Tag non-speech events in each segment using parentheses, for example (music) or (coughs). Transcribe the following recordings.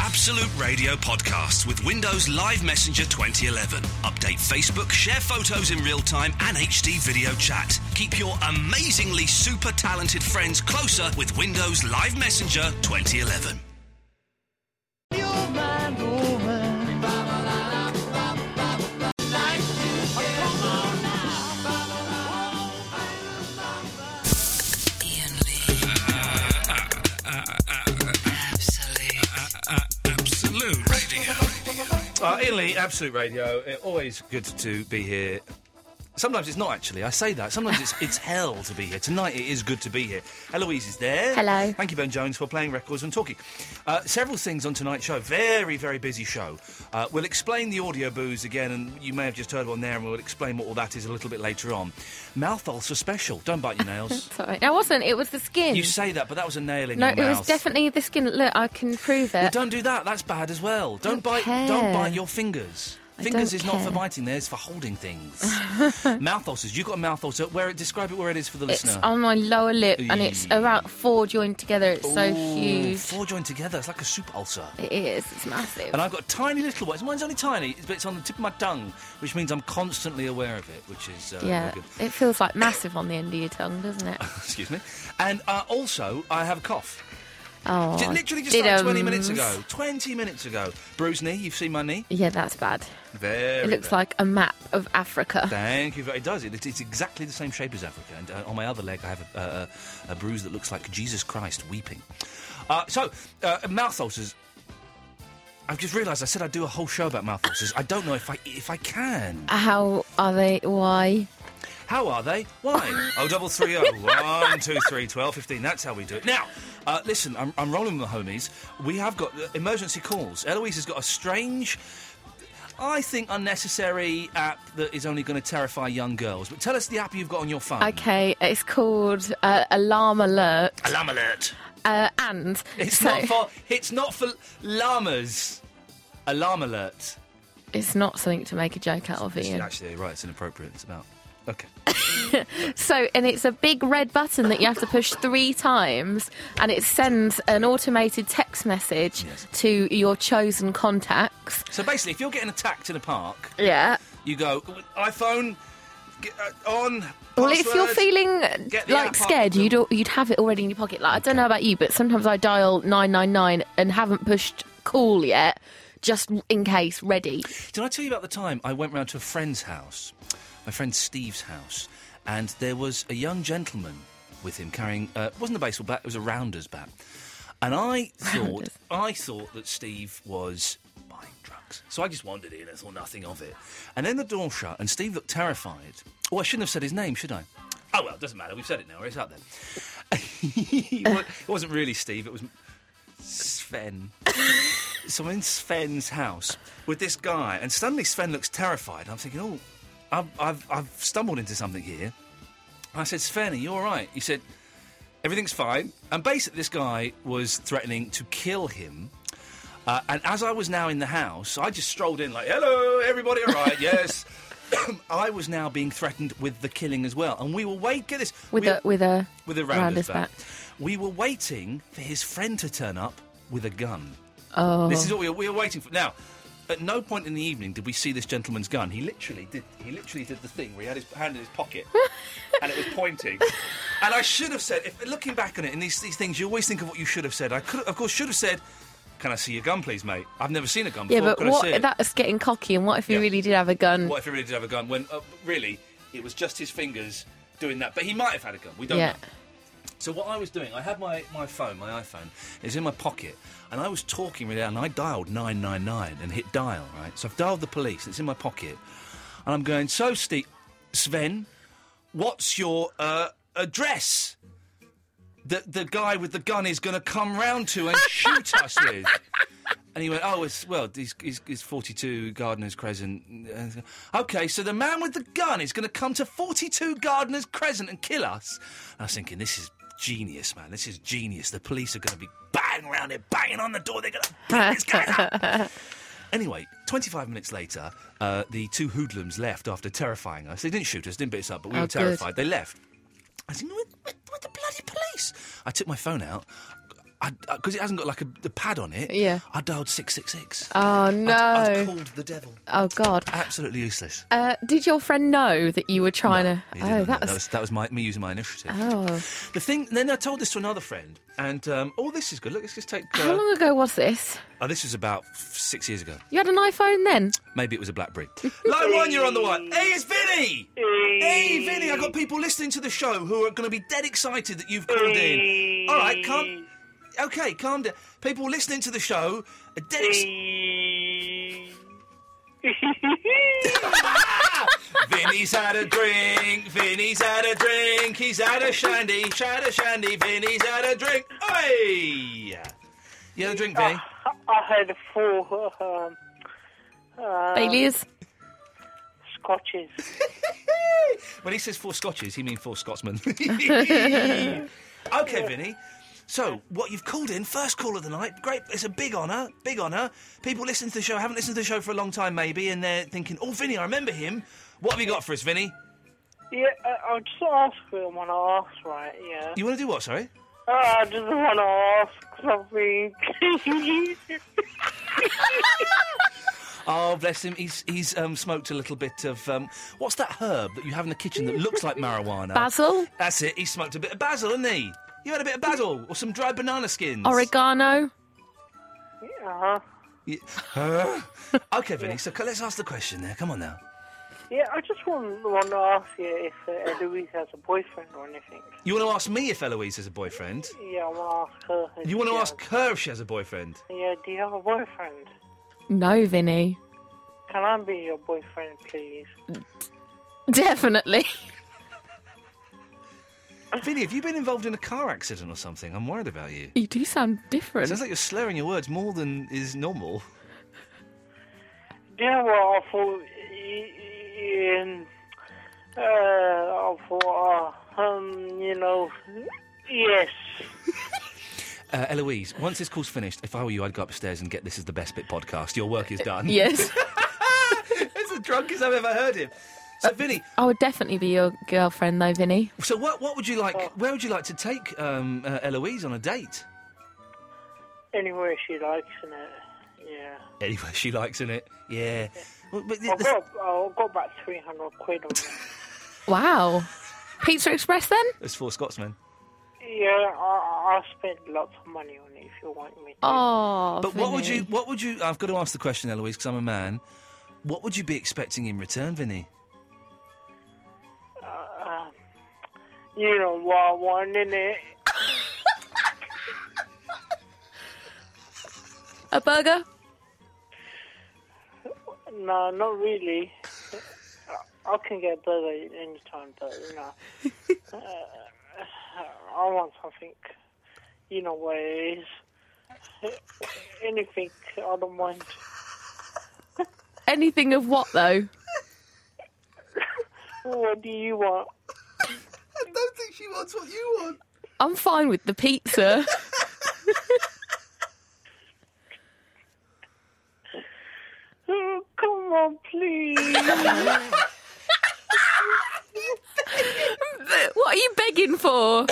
Absolute Radio podcasts with Windows Live Messenger 2011. Update Facebook, share photos in real time, and HD video chat. Keep your amazingly super talented friends closer with Windows Live Messenger 2011. Ian Lee. Absolute. Absolute Radio. Uh, Ian Lee, Absolute Radio. uh, Always good to be here. Sometimes it's not actually. I say that. Sometimes it's (laughs) it's hell to be here. Tonight it is good to be here. Eloise is there. Hello. Thank you, Ben Jones, for playing records and talking. Uh, several things on tonight's show. Very very busy show. Uh, we'll explain the audio booze again, and you may have just heard one there, and we'll explain what all that is a little bit later on. Mouth ulcer special. Don't bite your (laughs) nails. Sorry. No, it wasn't. It was the skin. you say that, but that was a nail in no, your it mouth. was definitely the skin. Look, I can prove Well, it. don't do that. That's bad as well. Don't, Don't bite. Don't care. bite your fingers. I Fingers don't is not for care. biting. There's for holding (laughs) things. mouth ulcers. You've got a mouth ulcer. Where it? Describe it where it is for the it's listener. on my lower lip, and it's Eee. about four joined together. It's so Ooh, huge. Four joined together. It's like a soup ulcer. It is. It's massive. And I've got a tiny little one. Mine's only tiny, but it's on the tip of my tongue, which means I'm constantly aware of it, which is uh, yeah, not good. (laughs) it feels like massive on the end of your tongue, doesn't it? Excuse me. And uh, also, I have a cough. Oh, J- Literally just did, like 20 minutes um, ago. 20 minutes ago. Bruised knee. You've seen my knee. Yeah, that's bad. Very. It looks bad. like a map of Africa. (laughs) Thank you. It does. It, it's exactly the same shape as Africa. And uh, on my other leg, I have a, uh, a bruise that looks like Jesus Christ weeping. Uh, so, uh, mouth ulcers. I've just realised I said I'd do a whole show about mouth ulcers. I don't know if I if I can. How are they? Why? How are they? (laughs) Why? oh, double three oh one two three twelve fifteen. That's how we do it. Now, uh, listen. I'm, I'm rolling with the homies. We have got uh, emergency calls. Eloise has got a strange. I think unnecessary app that is only going to terrify young girls. But tell us the app you've got on your phone. Okay, it's called uh, Alarm Alert, Alarm alert. uh, and It's so- not for it's not for llamas. Alarm alert. it's not something to make a joke out of, Ian. Actually, right, it's inappropriate. It's about Okay. (laughs) So, and it's a big red button that you have to push three times, and it sends an automated text message Yes. to your chosen contacts. So basically, if you're getting attacked in a park, Yeah. you go iPhone get, uh, on. Well, if you're password." feeling Get the app like up. scared, you'd al- you'd have it already in your pocket. Like I don't know about you, but sometimes I dial nine nine nine and haven't pushed call yet, just in case, ready. Did I tell you about the time I went round to a friend's house, my friend Steve's house, and there was a young gentleman with him carrying uh, it wasn't a baseball bat, it was a rounder's bat, and (laughs) I thought Rounders. I thought that Steve was buying drugs, so I just wandered in and thought nothing of it, and then the door shut and Steve looked terrified. Oh, I shouldn't have said his name, should I? Oh well, it doesn't matter. We've said it now. It's out there. (laughs) it wa- it wasn't really Steve. It was Sven. so I'm in Sven's house with this guy, and suddenly Sven looks terrified. I'm thinking, oh, I've, I've, I've stumbled into something here. I said, Sven, are you all right? He said, everything's fine. And basically, this guy was threatening to kill him. Uh, and as I was now in the house, I just strolled in like, hello, everybody, all right, yes. (coughs) I was now being threatened with the killing as well. And we were wait, get this. With we- a with a with a rounder's rounder's back. back. We were waiting for his friend to turn up with a gun. Oh. This is what we were, we were waiting for. Now, at no point in the evening did we see this gentleman's gun. He literally did. He literally did the thing where he had his hand in his (laughs) pocket and it was pointing. And I should have said, if looking back on it, in these, these things, you always think of what you should have said. I could, of course, should have said, "Can I see your gun, please, mate? I've never seen a gun Yeah, before. but Can I see what it? that's getting cocky, and what if you Yeah. really did have a gun? What if he really did have a gun? When uh, really, it was just his fingers doing that. But he might have had a gun. We don't Yeah. know. So what I was doing, I had my, my phone, my iPhone, it was in my pocket, and I was talking with it, and I dialed 999 and hit dial, right? So I've dialed the police, it's in my pocket, and I'm going, so, Steve, Sven, what's your uh, address? that the guy with the gun is going to come round to and shoot us with. And he went, oh, it's, well, he's, he's, he's 42 Gardener's Crescent. Uh, Okay, so the man with the gun is going to come to 42 Gardener's Crescent and kill us. And I was thinking, this is genius, man. This is genius. The police are going to be banging around it, banging on the door. They're going to Anyway, 25 minutes later, uh, the two hoodlums left after terrifying us. They didn't shoot us, didn't beat us up, but we Oh, were good. terrified. They left. I said, "Where- where- where the bloody police? I took my phone out because it hasn't got like a, a pad on it. Yeah. I dialed six six six. Oh no! I've called the devil. Oh god! Absolutely useless. Uh, did your friend know that you were trying to? He didn't know Oh, that that was. was that was my, me using my initiative. Oh, The thing. Then I told this to another friend, and um, oh, this is good. Look, let's just take. how Uh, long ago was this? oh, this was about f- six years ago. You had an iPhone then? Maybe it was a BlackBerry. Line one, you're on the one. Hey, it's Vinny. Hey, Vinny, I've got people listening to the show who are going to be dead excited that you've called in. All right, calm. Okay, calm down. People listening to the show are dead excited. (laughs) Vinny's had a drink. Vinny's had a drink. He's had a shandy. He's had a shandy. Vinny's had a drink. Hey! You had a drink, Vinny? I had four (laughs) um, uh, Baileys? scotches. When he says four Scotches, he means four (laughs) Scotsmen. (laughs) okay, Vinny. So, what you've called in, first call of the night, great, it's a big honour, big honour. People listening to the show, haven't listened to the show for a long time maybe, and they're thinking, oh, Vinny, I remember him. What have you got for us, Vinny? Yeah, I, I just ask what I want to ask, right? Yeah. You want to do what, sorry? Uh, I just want to ask something. Oh, bless him, he's, he's um, smoked a little bit of, um, what's that herb that you have in the kitchen that looks like marijuana? Basil? That's it, he smoked a bit of basil, didn't he? You had a bit of basil, or some dried banana skins. Oregano? (laughs) uh-huh. Ye- Huh? okay, Vinny, so c- let's ask the question there, come on now. Yeah, I just want, want to ask you if uh, Louise has a boyfriend or anything. You want to ask me if Eloise has a boyfriend? Yeah, I want to ask her. if You want to she ask her if she has a boyfriend? has- Yeah, do you have a boyfriend? No, Vinny. (laughs) Can I be your boyfriend, please? Definitely. Vinny, have you been involved in a car accident or something? I'm worried about you. You do sound different. Sounds like you're slurring your words more than is normal. Do you know what I thought? y- y- Um, uh, I thought, uh, um, you know, yes. Uh, Eloise, once this call's finished, if I were you, I'd go upstairs and get This Is the Best Bit podcast. Your work is done. Uh, Yes. (laughs) it's the drunkest I've ever heard him. Uh, So, Vinny, I would definitely be your girlfriend though, Vinny. so what, what would you like, where would you like to take um, uh, Eloise on a date? Anywhere she likes, innit? Yeah. Anywhere she likes, innit? Yeah. Well, but the- I've the- got, I've got about 300 quid on me. Wow. Pizza Express then? There's four Scotsmen. Yeah, I, I spent lots of money on it if you want me to. Oh. But what would Vinny. you? What would you? I've got to ask the question, Eloise, because I'm a man. What would you be expecting in return, Vinny? (laughs) Um, you know what I want, innit? (laughs) A burger? No, not really. I I can get a burger any time, but, you know. uh, I want something. You know what it is. Anything, I don't mind. Anything of what though? What do you want? (laughs) I don't think she wants what you want. I'm fine with the pizza. (laughs) Oh, come on, please. (laughs) what are you begging for?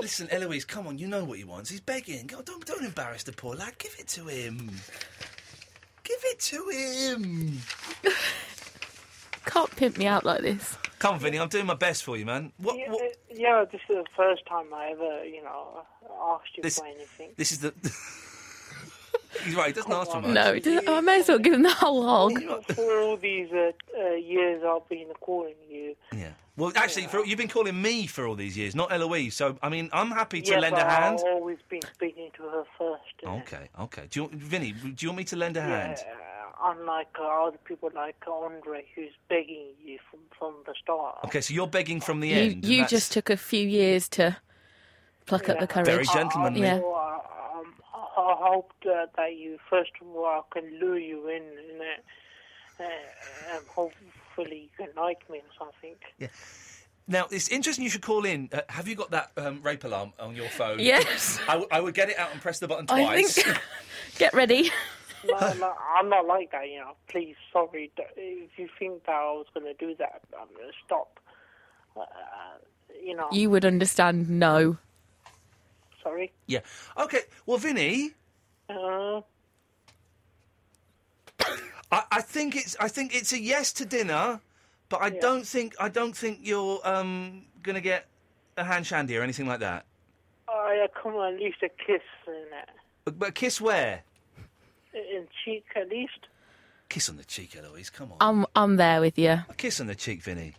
Listen, Eloise, come on. You know what he wants. He's begging. God, don't don't embarrass the poor lad. Give it to him. Give it to him. Can't pimp me out like this. Come, on, Vinny. I'm doing my best for you, man. What? yeah, what yeah, this is the first time I ever, you know, asked you This- for anything. Oh, this is the. (laughs) He's right. He doesn't ask for much. No, it doesn't- I may as well give him the whole hog. for all these uh, uh, years I've been calling you. Yeah. Well, actually, for, you've been calling me for all these years, not Eloise. So, I mean, I'm happy to yeah, lend but a hand. I've always been speaking to her first. uh, Okay, okay. Do you, want- Vinny? Do you want me to lend a yeah, hand? uh, unlike uh, other people like Andre, who's begging you for from the start. Okay, so you're begging from the You, end. and you that's just took a few years to pluck up the courage. very I- gentlemanly. Yeah. I, feel, uh, um, I hope that, that you, first of all, I can lure you in, in it, uh, and hopefully you can like me or something. Now it's interesting. You should call in. Uh, have you got that um, rape alarm on your phone? Yes. I, w- I would get it out and press the button I twice. think. (laughs) Get ready. No, no, I'm not like that, you know. Please, sorry. d- If you think that I was going to do that, I'm going to stop. Uh, you know, You would understand. No. sorry. yeah. Okay. Well, Vinny, Uh, I, I think it's I think it's a yes to dinner, but I don't think I don't think you're um, gonna get a hand shandy or anything like that. I uh, come on, at least a kiss in But, but kiss where? it. In cheek, at least. Kiss on the cheek, Eloise. Come on. I'm. I'm there with you. a kiss on the cheek, Vinny.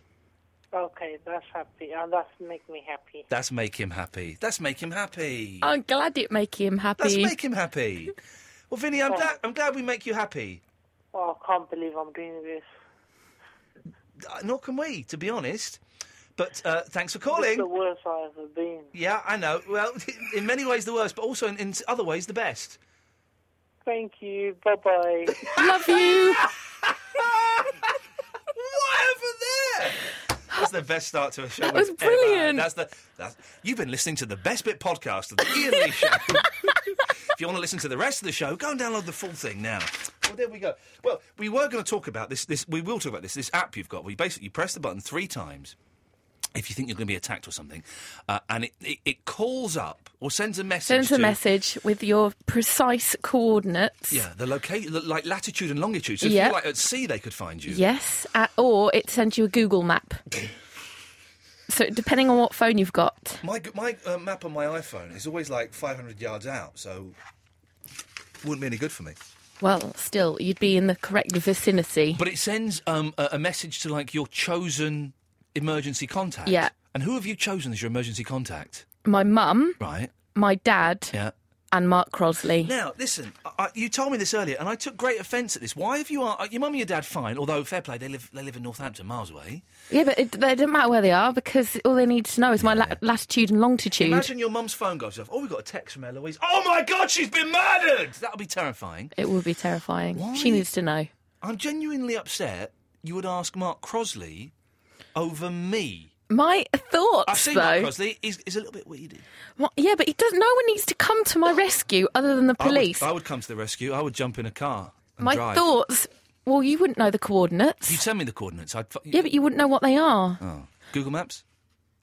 Okay, that's happy. Uh, that's make me happy. That's make him happy. That's make him happy. I'm glad it make him That's happy. make him happy. Well, Vinny, I'm Oh. glad I'm glad we make you happy. Oh, I can't believe I'm doing this. Uh, Nor can we, to be honest. But uh, thanks for It's the calling. worst I've ever been. Yeah, I know. Well, (laughs) in many ways the worst, but also in, in other ways the best. Thank you. Bye bye. Love (laughs) you. What happened there? That's the best start to a show. That was brilliant. That's the. That's, you've been listening to the best bit podcast of the Ian Lee (laughs) Show. if you want to listen to the rest of the show, go and download the full thing now. Well, there we go. Well, we were going to talk about this. This we will talk about this. This app you've got. where you basically you press the button three times. If you think you're going to be attacked or something, uh, and it, it, it calls up or sends a message. Send us a to- message with your precise coordinates. Yeah, the location, like latitude and longitude. So if Yeah. you're like at sea, they could find you. Yes, uh, or it sends you a Google map. so depending on what phone you've got, My g- my uh, map on my iPhone is always like 500 yards out, so wouldn't be any good for me. well, still you'd be in the correct vicinity. But it sends um, a, a message to like your chosen emergency contact. Yeah. And who have you chosen as your emergency contact? My mum, Right. my dad, Yeah. and Mark Crosley. Now listen, I, I, you told me this earlier, and I took great offence at this. Why have you? Are, uh, your mum and your dad fine? Although fair play, they live they live in Northampton, miles away. Yeah, but it, it doesn't matter where they are because all they need to know is my la- latitude and longitude. Imagine your mum's phone goes off. Oh, we got a text from Eloise. Oh my God, she's been murdered. That would be terrifying. it would be terrifying. Why? She needs to know. I'm genuinely upset you would ask Mark Crosley over me. My thoughts, I've seen though. Mark Crosley. He's, he's a little bit weedy. What- yeah, but he does. No one needs to come to my rescue other than the police. Oh. I would, I would come to the rescue. I would jump in a car and my drive. thoughts. Well, you wouldn't know the coordinates. You'd send me the coordinates. I'd fu- yeah, but you wouldn't know what they are. oh. Google Maps?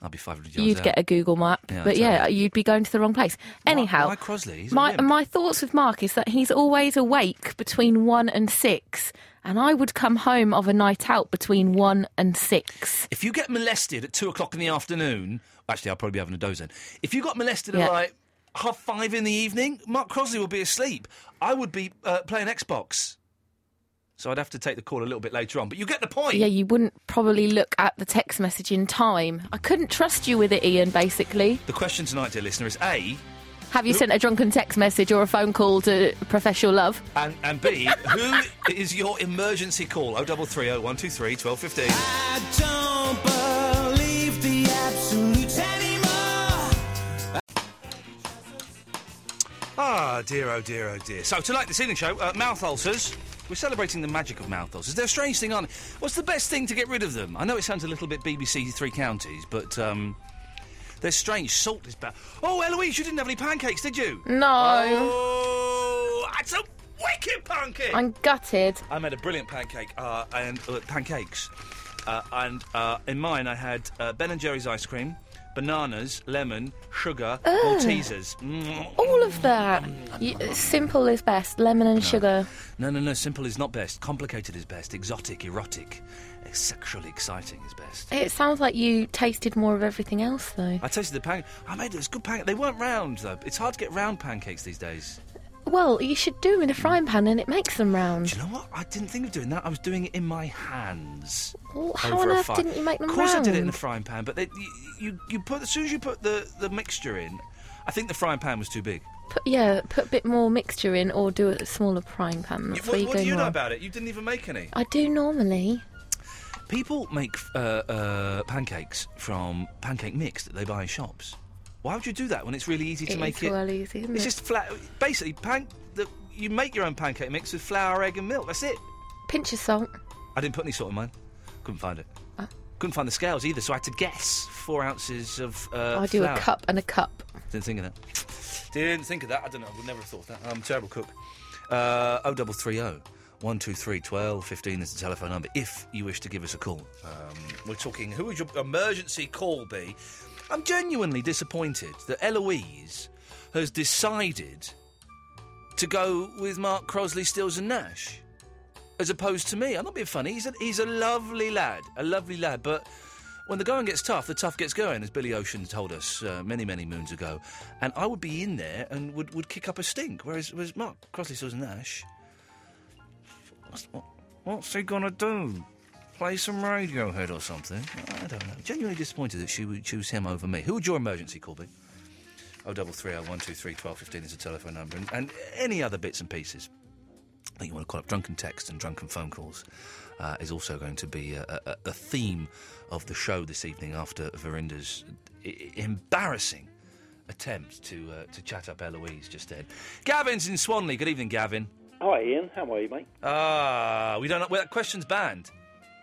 I'd be 500 yards You'd out. get a Google map, Yeah, but I'd yeah, say. you'd be going to the wrong place. Anyhow, why Crosley? He's a my wimp. my thoughts with Mark is that he's always awake between one and six, and I would come home of a night out between one and six. If you get molested at 2 o'clock in the afternoon... Actually, I'll probably be having a doze then. If you got molested Yeah. at, like, half five in the evening, Mark Crosley would be asleep. I would be uh, playing Xbox. So I'd have to take the call a little bit later on. But you get the point. Yeah, you wouldn't probably look at the text message in time. I couldn't trust you with it, Ian. Basically, The question tonight, dear listener, is A... have you sent a drunken text message or a phone call to profess your love? And, and B, who is your emergency call? 0330 123 1215. I don't believe the absolutes anymore. Ah, dear, oh dear, oh dear. So, tonight, this evening show, uh, mouth ulcers. We're celebrating the magic of mouth ulcers. They're a strange thing, aren't they? What's the best thing to get rid of them? I know it sounds a little bit BBC Three Counties, but um, they're strange. Salt is bad. Oh, Eloise, you didn't have any pancakes, did you? No, Oh, that's a wicked pancake! I'm gutted. I made a brilliant pancake uh, and uh, pancakes, uh, and uh, in mine I had uh, Ben and Jerry's ice cream, bananas, lemon, sugar, Maltesers. Mm. All of that. You, simple is best. Lemon and sugar. No, no, no. Simple is not best. Complicated is best. Exotic, erotic, eh, sexually exciting is best. It sounds like you tasted more of everything else, though. I tasted the pancake. I made those good pancakes. They weren't round though. It's hard to get round pancakes these days. Well, you should do them in a frying pan and it makes them Do round. you know what? I didn't think of doing that. I was doing it in my hands. Well, how on over a earth fire. didn't you make them Of course, round? I did it in a frying pan. But they, you, you, you put as soon as you put the, the mixture in, I think the frying pan was too big. Put, yeah, put a bit more mixture in or do a smaller frying pan. That's what where you're what do going you know wrong. about it? You didn't even make any. I do normally. People make uh, uh, pancakes from pancake mix that they buy in shops. Why would you do that when it's really easy to It make is it? well easy, isn't it's it? just flat. Basically, pan- the, you make your own pancake mix with flour, egg, and milk. That's it. Pinch of salt. Ah. I didn't put any salt in mine. Couldn't find it. Couldn't find the scales either, so I had to guess four ounces of. Uh, I do flour. a cup and a cup. Didn't think of that. Didn't think of that. I don't know. I would never have thought of that. I'm a terrible cook. Uh, 0330 123 12 15 is the telephone number if you wish to give us a call. Um, we're talking who would your emergency call be? I'm genuinely disappointed that Eloise has decided to go with Mark Crosley, Stills and Nash as opposed to me. I'm not being funny. He's a, he's a lovely lad, a lovely lad. But when the going gets tough, the tough gets going, as Billy Ocean told us uh, many, many moons ago. And I would be in there and would, would kick up a stink. Whereas, whereas Mark Crosley, Stills and Nash, what's, what, what's he going to do? Play some Radiohead or something? I don't know. Genuinely disappointed that she would choose him over me. Who would your emergency call be? Oh, double three oh one two three twelve fifteen is the telephone number, and, and any other bits and pieces that you want to call up drunken texts and drunken phone calls uh, is also going to be a, a, a theme of the show this evening after Verinda's I- i- embarrassing attempt to uh, to chat up Eloise just then. Gavin's in Swanley. Good evening, Gavin. Hi, Ian. How are you, mate? Ah, we don't. know- Well, that question's banned.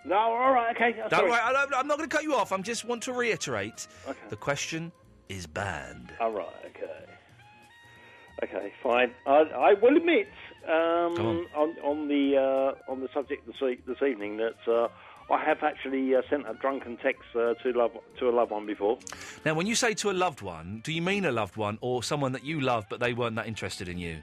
No, all right, okay. Don't worry. I don't, I'm not going to cut you off. I am just want to reiterate the question is banned. All right, okay. Okay, fine. I, I will admit um, on on the uh, on the subject this, e- this evening that uh, I have actually uh, sent a drunken text uh, to love to a loved one before. (laughs) Now, when you say to a loved one, do you mean a loved one or someone that you love but they weren't that interested in you?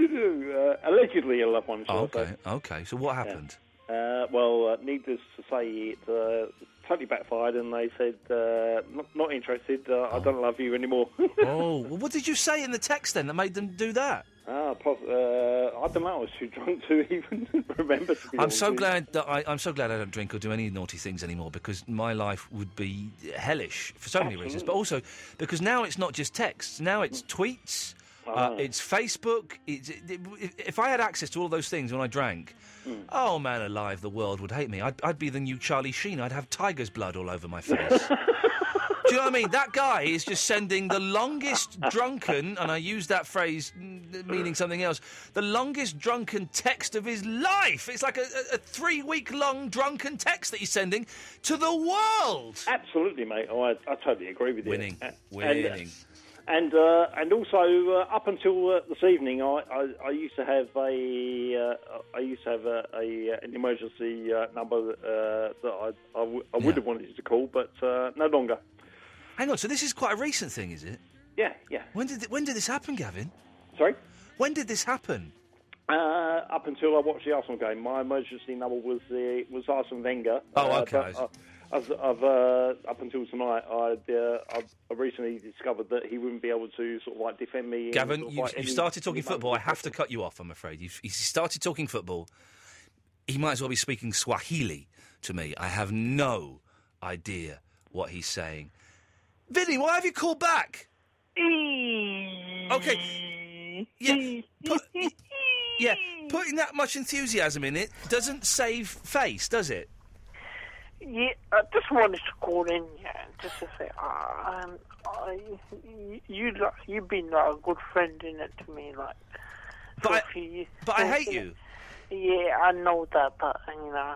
uh, allegedly a loved one. shall Oh, I say. okay. Okay. So what happened? Uh, well, uh, needless to say, it uh, totally backfired, and they said, uh, not, not interested, uh, I don't love you anymore. (laughs) oh, well, what did you say in the text then that made them do that? ah, pos- uh, I don't know, I was too drunk to (laughs) even remember. To be I'm honest so with you. glad that I, I'm so glad I don't drink or do any naughty things anymore because my life would be hellish for so many reasons, but also because now it's not just texts, now it's tweets, uh, it's Facebook. It's, it, it- if I had access to all those things when I drank, oh man alive, the world would hate me. I'd, I'd be the new Charlie Sheen. I'd have tiger's blood all over my face. Do you know what I mean? That guy is just sending the longest drunken, and I use that phrase mm, meaning something else, the longest drunken text of his life. It's like a, a, a three week long drunken text that he's sending to the world. Absolutely, mate. Oh, I, I totally agree with you. Winning. A- Winning. And and, uh, and also uh, up until uh, this evening, I, I, I used to have a uh, I used to have a, a an emergency uh, number uh, that I I, w- I would have wanted to call, but uh, no longer. Hang on, so this is quite a recent thing, is it? Yeah, yeah. When did, th- when did this happen, Gavin? Sorry? When did this happen? Uh, up until I watched the Arsenal game, my emergency number was the was Arsene Wenger. Oh, Uh, okay. but, uh, I've, I've uh, up until tonight, I uh, I've- I recently discovered that he wouldn't be able to sort of like defend me. in Gavin, sort of you, like you any- started any talking moment. football. I have to cut you off, I'm afraid. You've, you started talking football. He might as well be speaking Swahili to me. I have no idea what he's saying. Vinny, why have you called back? Okay. Yeah, put, yeah, putting that much enthusiasm in it doesn't save face, does it? Yeah, I just wanted to call in, yeah, just to say, uh, um, I, you, like, you've been like a good friend in it to me, like. But for a I- few years. But I So, hate you. Yeah, I know that, but you know.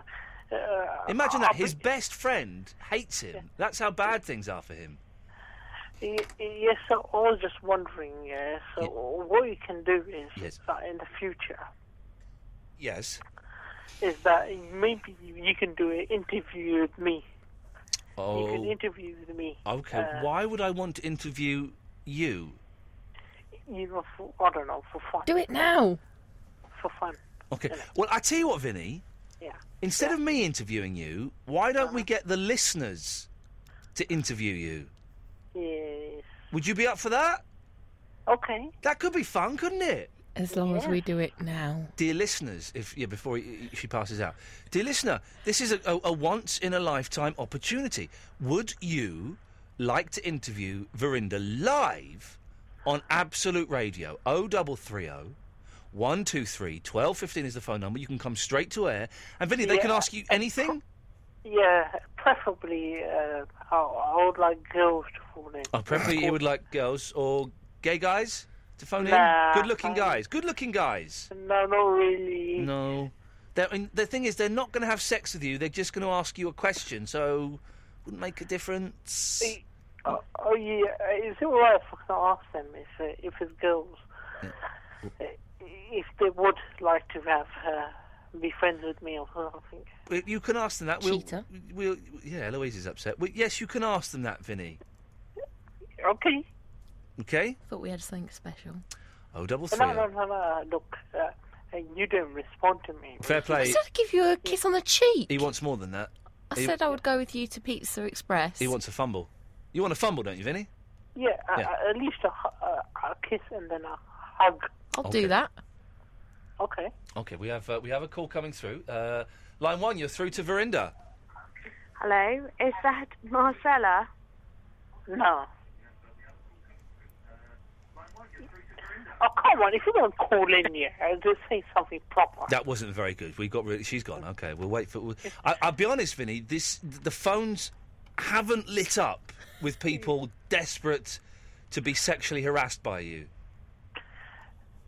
Uh, Imagine I- that. His best friend hates him. That's how bad things are for him. Y- Yes, so I was just wondering. Yeah, so what you can do is Yes. that in the future Yes. is that maybe you can do an interview with me. You can Oh. interview with me. Okay. Uh, Why would I want to interview you? You know, for, I don't know, for fun. Do it now. for fun. Okay. Well, I tell you what, Vinny. Yeah. Uh-huh. Instead of me interviewing you, why don't we get the listeners to interview you? Yes. Would you be up for that? Okay. That could be fun, couldn't it? As long as we do it now. Dear listeners, if yeah, before he- he- she passes out, dear listener, this is a, a, a once in a lifetime opportunity. Would you like to interview Verinda live on Absolute Radio? O double three oh, O. 123 1215 is the phone number. You can come straight to air. And Vinny, they can Yeah. ask you anything? yeah, preferably uh, I, I would like girls to fall in. Oh, preferably you would like girls or gay guys to phone Nah, in. Good looking I- guys. Good looking guys. No, not really. No. They're, and the thing is, they're not going to have sex with you. They're just going to ask you a question. So, wouldn't make a difference. Eh, Oh, oh, yeah, uh, is it alright if I can ask them if uh, if it's girls, uh, if they would like to have uh, be friends with me or something? Well, You can ask them that. We'll, Cheater. We'll, yeah, Louise is upset. Well, yes, you can ask them that, Vinny. Okay. Okay. Thought we had something special. Oh, double No, three. no, no, no. Look, uh, uh, you don't respond to me. Fair I play. said I'd give you a kiss on the cheek. He wants more than that. I he, said I would go with you to Pizza Express. he wants a fumble. You want a fumble, don't you, Vinny? Yeah, uh, Yeah. uh, at least a, hu- uh, a kiss and then a hug. I'll Okay. do that. Okay. Okay, we have uh, we have a call coming through. Uh, line one, you're through to Verinda. Hello, is that Marcella? No. Oh, come on, if you don't call in here, uh, just say something proper. That wasn't very good. We got rid. She's gone. Okay, we'll wait for. we'll- I, I'll be honest, Vinny. This the phones haven't lit up with people desperate to be sexually harassed by you.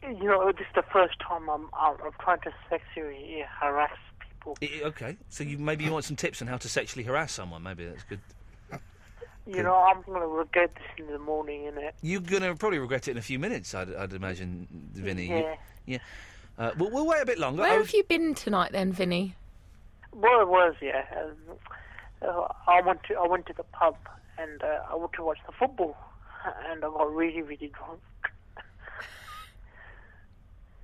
You know, this is the first time I'm, I'm, I'm trying to sexually harass people. I- I- okay, so you maybe you want some tips on how to sexually harass someone. Maybe that's good. You know, I'm going to regret this in the morning, innit? You're gonna probably regret it in a few minutes. I'd, I'd imagine, Vinny. You- Yeah. yeah. Uh, we'll, we'll wait a bit longer. Where Oh, have you been tonight then, Vinny? Well, it was, yeah. Um, uh, I went to I went to the pub and uh, I went to watch the football, and I got really really drunk. (laughs)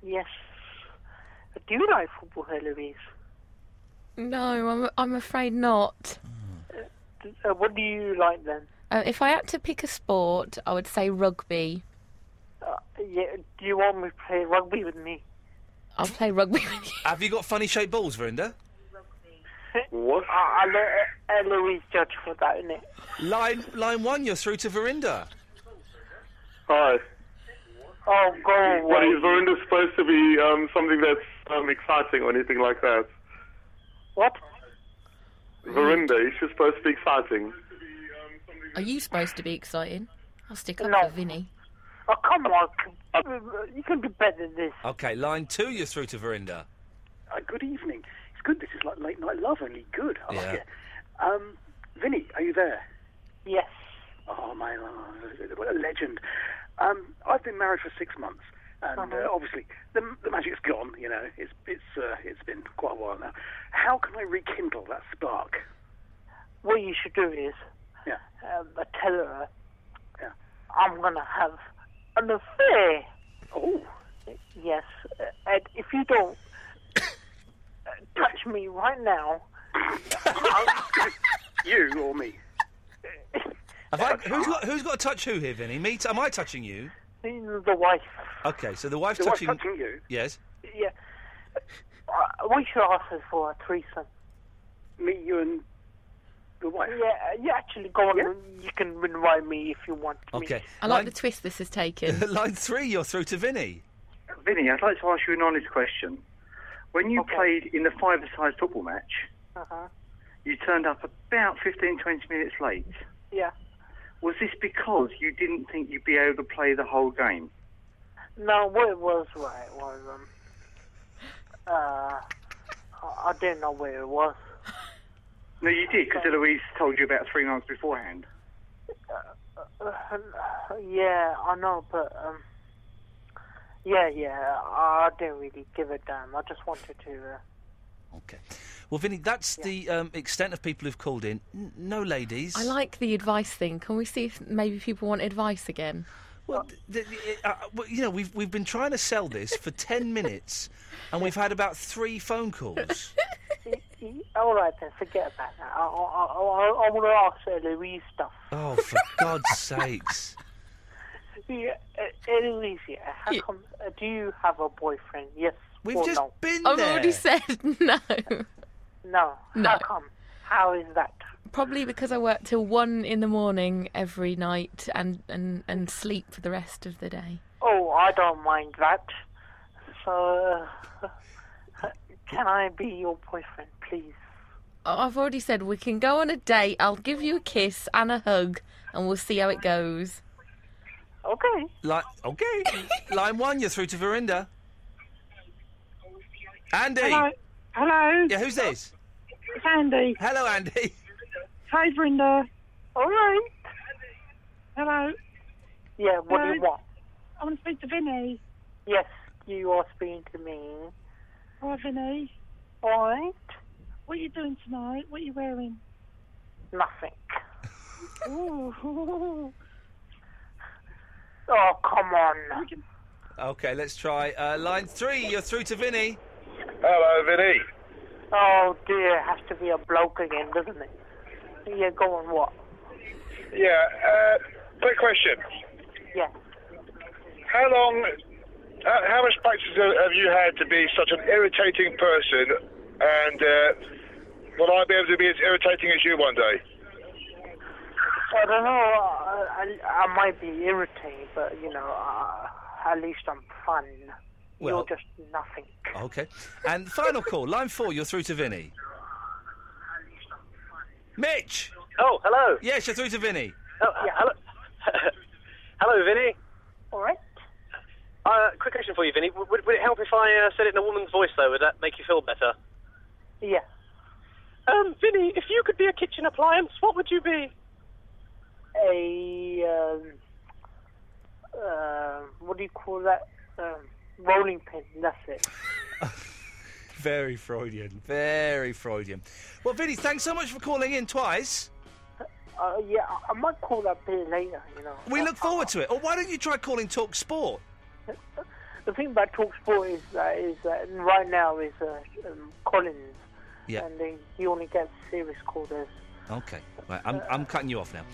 yes. Do you like football, Heloise? No, I'm, I'm afraid not. Uh, what do you like then? Uh, if I had to pick a sport, I would say rugby. Uh, yeah. Do you want me to play rugby with me? (laughs) (laughs) I'll play rugby with you. have you got funny shaped balls, Verinda? What? I, I let Heloise judge for that, innit? Line line one, you're through to Verinda. Hi. Oh, go away. What is Verinda supposed to be um, something that's um, exciting or anything like that? What? Verinda, is she supposed to be exciting? Are you supposed to be exciting? I'll stick up for Vinny. Oh, come on. Uh, You can do better than this. Okay, line two, you're through to Verinda. Uh, good evening. It's good. This is like late night love, only good. I Yeah. like it. Um, Vinny, are you there? Yes. Oh my, what a legend. Um, I've been married for six months, and uh, Uh-huh. obviously the, the magic's gone. You know, it's it's uh, it's been quite a while now. How can I rekindle that spark? What you should do is Yeah. um, I tell her I'm gonna have an affair. Oh. Yes, uh, and if you don't uh, touch me right now, (laughs) you or me? Have I, who's got who's got to touch who here, Vinny? Me? T- am I touching you? the wife. Okay, so the wife's The wife's touching. touching you? Yes. Yeah, uh, we should ask her for a threesome. Me, you, and the wife. Yeah, uh, you actually go on. You can invite me if you want. Okay. I like the twist this has taken. (laughs) line three, you're through to Vinny. Vinny, I'd like to ask you an honest question. When you played in the five-a-side football match, Uh huh. you turned up about 15, 20 minutes late. Yeah. Was this because you didn't think you'd be able to play the whole game? No, what it was, right, was um, uh, I, I didn't know where it was. No, you did, because Eloise told you about three months beforehand. Uh, yeah, I know, but um, yeah, yeah, I didn't really give a damn. I just wanted to. Uh, Okay. Well, Vinny, that's the um, extent of people who've called in. N- no ladies. I like the advice thing. Can we see if maybe people want advice again? Well, th- th- uh, well, you know, we've we've been trying to sell this for ten minutes, and we've had about three phone (laughs) (laughs) calls. uh, y- y- all right then, forget about that. I, I, I, I want to ask Eloise stuff. Oh, for God's sakes! Yeah, uh, Eloise, yeah, how come? Uh, do you have a boyfriend? Yes. We've or just no? been I've already there. said no. No. No. How come? How is that? Probably because I work till one in the morning every night and, and, and sleep for the rest of the day. Oh, I don't mind that. (laughs) So, uh, can I be your boyfriend, please? I've already said we can go on a date. I'll give you a kiss and a hug, and we'll see how it goes. Okay. Line, okay. (laughs) Line one, you're through to Verinda. Andy. Hello. Hello. Yeah, who's this? It's Andy. Hello, Andy. Hi, Brenda. All right. Hello. Yeah, what do you Hello. want? I want to speak to Vinny. Yes, you are speaking to me. Hi, Vinny. All right. What are you doing tonight? What are you wearing? Nothing. Ooh. (laughs) Oh, come on. Okay, let's try uh, line three. You're through to Vinny. Hello, Vinny. Oh dear, it has to be a bloke again, doesn't it? Yeah, go on, what? Yeah, uh, quick question. Yeah. How long, how, how much practice have have you had to be such an irritating person? And uh, will I be able to be as irritating as you one day? I don't know, uh, I, I, I might be irritating, but you know, uh, at least I'm fun. Well- You're just nothing. Okay. And final call, line four. You're through to Vinny. Mitch. Oh, hello. Yes, you're through to Vinny. Oh, yeah, hello. (laughs) hello, Vinny. All right. Uh, quick question for you, Vinny. Would, would it help if I uh, said it in a woman's voice, though? Would that make you feel better? Yeah. Um, Vinny, if you could be a kitchen appliance, what would you be? A, um, uh, what do you call that? Um, rolling pin, that's it. Very Freudian. Very Freudian. Well, Vinny, thanks so much for calling in twice. Uh, yeah, I, I might call that bit later, you know. We look forward to it. Or why don't you try calling Talk Sport? The thing about TalkSport is that, is that right now is uh, um, Collins, Yeah. and then he only gets serious callers. Okay. Right, I'm, I'm cutting you off now.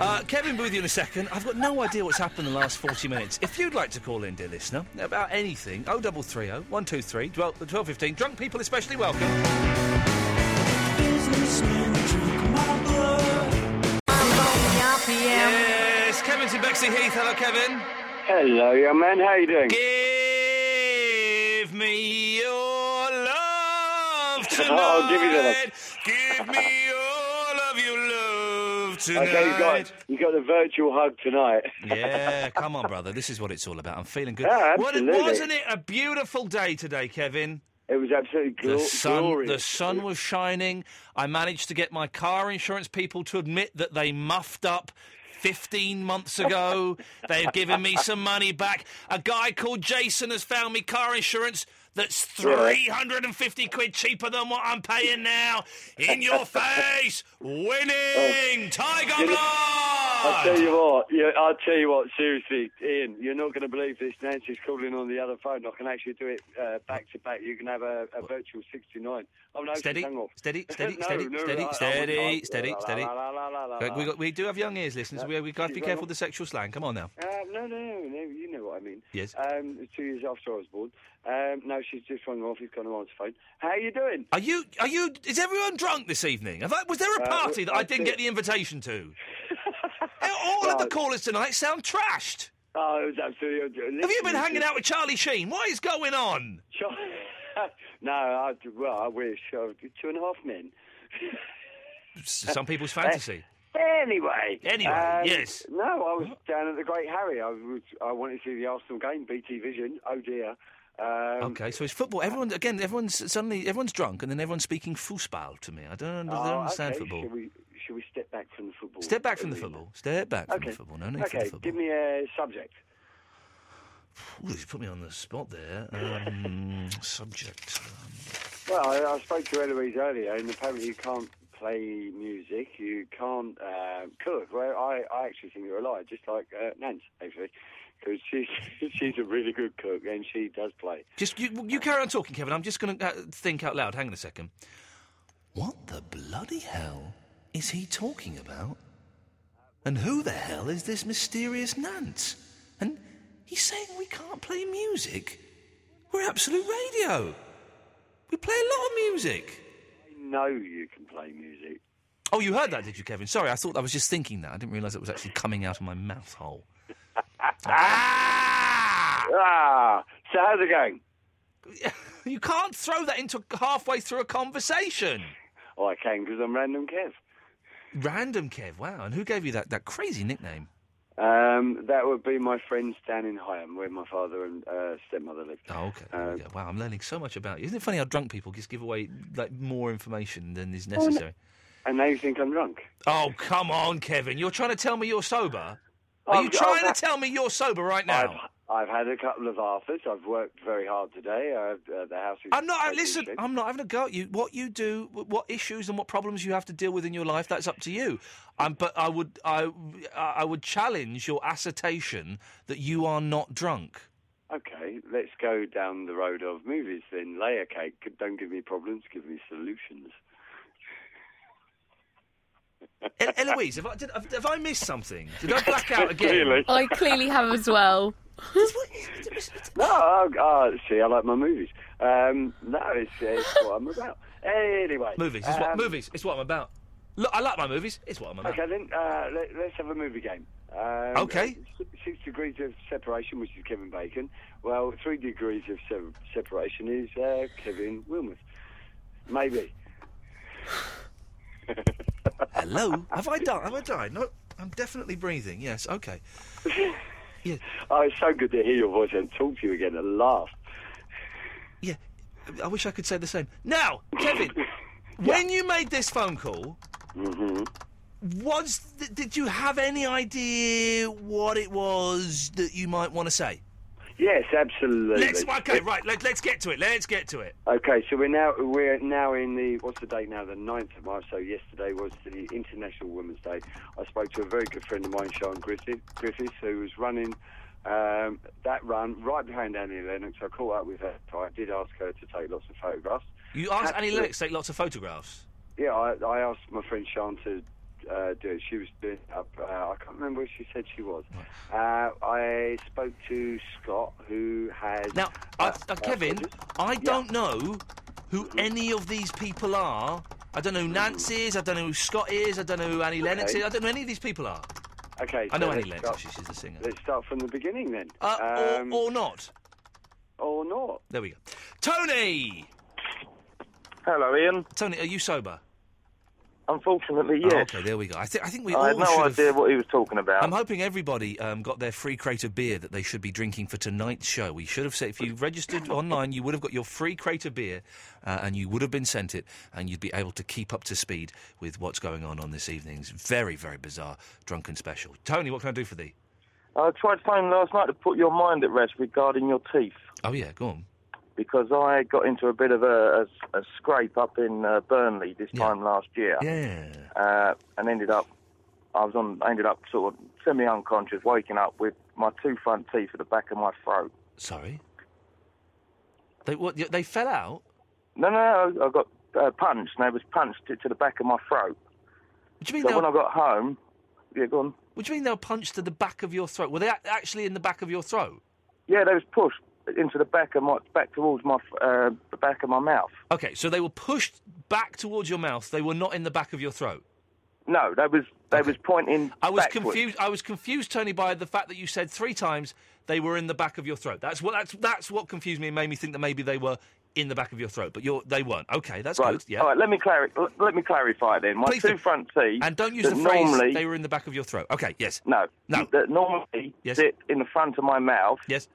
Uh, Kevin Booth in a second. I've got no idea what's happened in the last 40 minutes. If you'd like to call in, dear listener, about anything, 0330 123 12 1215. Drunk people especially welcome. Yes, Kevin's in Bexley Heath. Hello, Kevin. Hello, young man. How you doing? (laughs) Give me your (laughs) love tonight. Oh, I'll give you the love. Give me all of your love tonight. (laughs) Okay, you got you got the virtual hug tonight. yeah, come on, brother. This is what it's all about. I'm feeling good. Yeah, What- absolutely. wasn't it a beautiful day today, Kevin? It was absolutely glo- The sun, glorious. the sun was shining. I managed to get my car insurance people to admit that they muffed up 15 months (laughs) ago. They've given me some money back. A guy called Jason has found me car insurance that's Yeah. 350 quid cheaper than what I'm paying now. In (laughs) your face, Oh. winning Tiger I'll Blood! tell you what. Yeah, I'll tell you what. Seriously, Ian, you're not going to believe this. Nancy's calling on the other phone. I can actually do it uh, back to back. You can have a, a virtual 69. Oh no, Steady, hang on. (laughs) steady, steady, No, steady, no, steady, I- steady, I wouldn't- steady, la, steady. la, la, la, la, la, Right, We la. got, we do have young ears, listeners. We we got to be careful with the sexual slang. Come on now. Uh, no, no, no, no, you know what I mean. Yes. Um, it's two years after I was born. Um, no, she's just rung off. He's gone on the phone. How you doing? (laughs) Are you are you? Is everyone drunk this evening? Have I, was there a Uh, party that I that's didn't it. get the invitation to? All of the callers tonight sound trashed. Oh, it was absolutely. Have you been hanging out with Charlie Sheen? What is going on? (laughs) no, I, well, I wish. I was two and a half men. (laughs) Some people's Eh, fantasy. Anyway. Anyway, um, yes. No, I was down at the Great Harry. I was. I wanted to see the Arsenal game. BT Vision. Oh dear. Um, okay, so it's football. Everyone again. Everyone's suddenly everyone's drunk, and then everyone's speaking foosball to me. I don't, under- oh, don't understand okay, football. Should we, should we step back from the football? Step back from the arena? football. Step back from okay. the football. No need okay, for the football. give me a subject. Ooh, you put me on the spot there. (laughs) Um, subject. Well, I, I spoke to Eloise earlier, and apparently you can't play music, you can't uh, cook. Well, I, I actually think you're a liar, just like uh, Nance, actually, because she's, (laughs) she's a really good cook, and she does play. Just you, you carry on talking, Kevin. I'm just going to uh, think out loud. Hang on a second. What the bloody hell is he talking about? And who the hell is this mysterious Nance? And he's saying we can't play music. We're absolute radio. We play a lot of music. I know you can play music. Oh, you heard that, did you, Kevin? Sorry, I thought I was just thinking that. I didn't realise it was actually coming out of my mouth (laughs) hole. Ah! So how's (laughs) it going? You can't throw that into halfway through a conversation. Oh, I came because I'm random Kev. Random Kev, wow. And who gave you that, that crazy nickname? Um, that would be my friends down in Higham, where my father and uh, stepmother lived. Oh, okay. there Uh, we go. Wow, I'm learning so much about you. Isn't it funny how drunk people just give away like more information than is Oh, no. necessary? And now you think I'm drunk? Oh, come on, Kevin. You're trying to tell me you're sober? Are you trying to tell me you're sober right now? Oh, I've had a couple of Arthurs. I've worked very hard today. I've, uh, the house is. I'm not. I, listen, I'm not having a go at you. What you do, wh- what issues and what problems you have to deal with in your life, that's up to you. Um, but I would, I, I would challenge your assertion that you are not drunk. Okay, let's go down the road of movies then. Layer cake. Don't give me problems, give me solutions. E- Eloise, have I, did, have, have I missed something? Did I black out again? (laughs) Clearly. I clearly have as well. No, oh, oh, see, I like my movies. Um, no, it's, it's what I'm about. Anyway, Movies. It's what um, movies. It's what I'm about. Look, I like my movies. It's what I'm about. Okay, then uh, let, let's have a movie game. Um, Okay. uh, s- Six degrees of separation, which is Kevin Bacon. Well, three degrees of se- separation is uh, Kevin Wilmoth. Maybe. Hello. Have I died? Have I died? No, I'm definitely breathing. Yes. (laughs) Okay. Oh, it's so good to hear your voice and talk to you again and laugh. I wish I could say the same. Now, (laughs) Kevin, when you made this phone call, Mm-hmm. was th- did you have any idea what it was that you might want to say? Yes, absolutely. Let's okay, right. Let, let's get to it. Let's get to it. Okay, so we're now we're now in the what's the date now? The 9th of March. So yesterday was the International Women's Day. I spoke to a very good friend of mine, Sean Griffith, Griffiths, who was running um, that run right behind Annie Lennox. I caught up with her. So I did ask her to take lots of photographs. You asked Annie Absolutely. Lennox to take lots of photographs. Yeah, I, I asked my friend Sean to uh, do it. She was doing it up. Uh, I can't remember where she said she was. Uh, I spoke to Scott, who has Now, I, uh, Kevin, I don't know who any of these people are. I don't know who Nancy is. I don't know who Scott is. I don't know who Annie Lennox Okay. is. I don't know who any of these people are. Okay, I so know Annie let's Lennox. She's she's the singer. Let's start from the beginning then. Um, Uh, or, or not. Or not. There we go. Tony! Hello, Ian. Tony, are you sober? Unfortunately, yes. Oh, okay, there we go. I, thi- I think we I all had no should've- idea what he was talking about. I'm hoping everybody um, got their free crate of beer that they should be drinking for tonight's show. We should have said, if you (laughs) registered online, you would have got your free crate of beer uh, and you would have been sent it and you'd be able to keep up to speed with what's going on on this evening's very, very bizarre drunken special. Tony, what can I do for thee? I tried phoning last night to put your mind at rest regarding your teeth Oh, yeah, go on. because I got into a bit of a, a, a scrape up in uh, Burnley this time last year. Yeah. Uh, and ended up, I was on, ended up sort of semi unconscious, waking up with my two front teeth at the back of my throat. Sorry? They, what, y- they fell out? No, no, no I got uh, punched and I was punched to, to the back of my throat. What do you mean So they when were- I got home, yeah, go on. What do you mean they were punched to the back of your throat? Were they a- actually in the back of your throat? Yeah, they was pushed into the back of my back towards my uh, the back of my mouth. Okay, so they were pushed back towards your mouth. They were not in the back of your throat. No, they was they was pointing. I was backwards. confused. I was confused, Tony, by the fact that you said three times they were in the back of your throat. That's what that's that's what confused me and made me think that maybe they were in the back of your throat, but you're they weren't. Okay, that's Right. good. Yeah. All right. Let me clarify. Let me clarify then. My Please two do. front teeth. And don't use the that phrase normally. they were in the back of your throat. Okay, yes. No. No. That normally Yes. sit in the front of my mouth. Yes.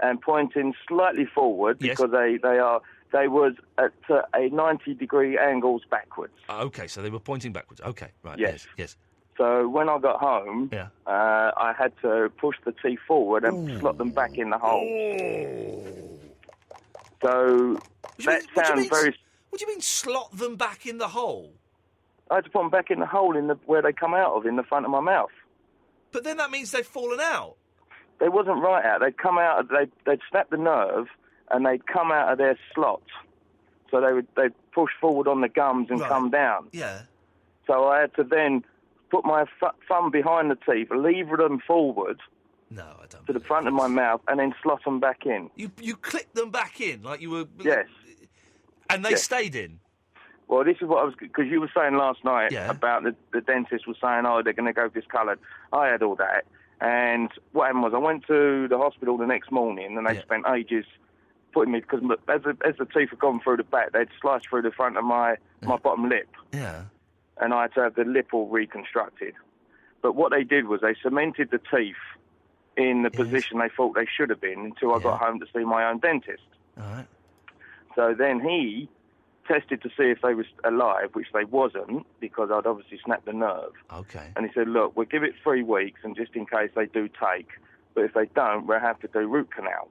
And pointing slightly forward because they they are they was at uh, a ninety degree angles backwards. Okay, so they were pointing backwards. Okay, right. Yes. Yes. Yes. So when I got home, Yeah. uh, I had to push the teeth forward and slot them back in the hole. So that What do you sounds mean- very. What do you mean slot them back in the hole? I had to put them back in the hole in the where they come out of in the front of my mouth. But then that means they've fallen out. They wasn't right out. They'd come out. They they'd snap the nerve and they'd come out of their slot. So they would they'd push forward on the gums and Right. come down. Yeah. So I had to then put my fu- thumb behind the teeth, lever them forward. No, I don't. To the front of my mouth and then slot them back in. You you clipped them back in like you were Yes. and they Yes. stayed in. Well, this is what I was because you were saying last night about the, the dentist was saying, oh, they're going to go discoloured. I had all that, and what happened was I went to the hospital the next morning, and they spent ages putting me because as the, as the teeth had gone through the back, they'd sliced through the front of my my bottom lip, Yeah. and I had to have the lip all reconstructed. But what they did was they cemented the teeth in the position they thought they should have been until I got home to see my own dentist. Alright. So then he tested to see if they was alive, which they wasn't because I'd obviously snapped the nerve. Okay. And he said, look, we'll give it three weeks, and just in case they do take, but if they don't, we'll have to do root canal.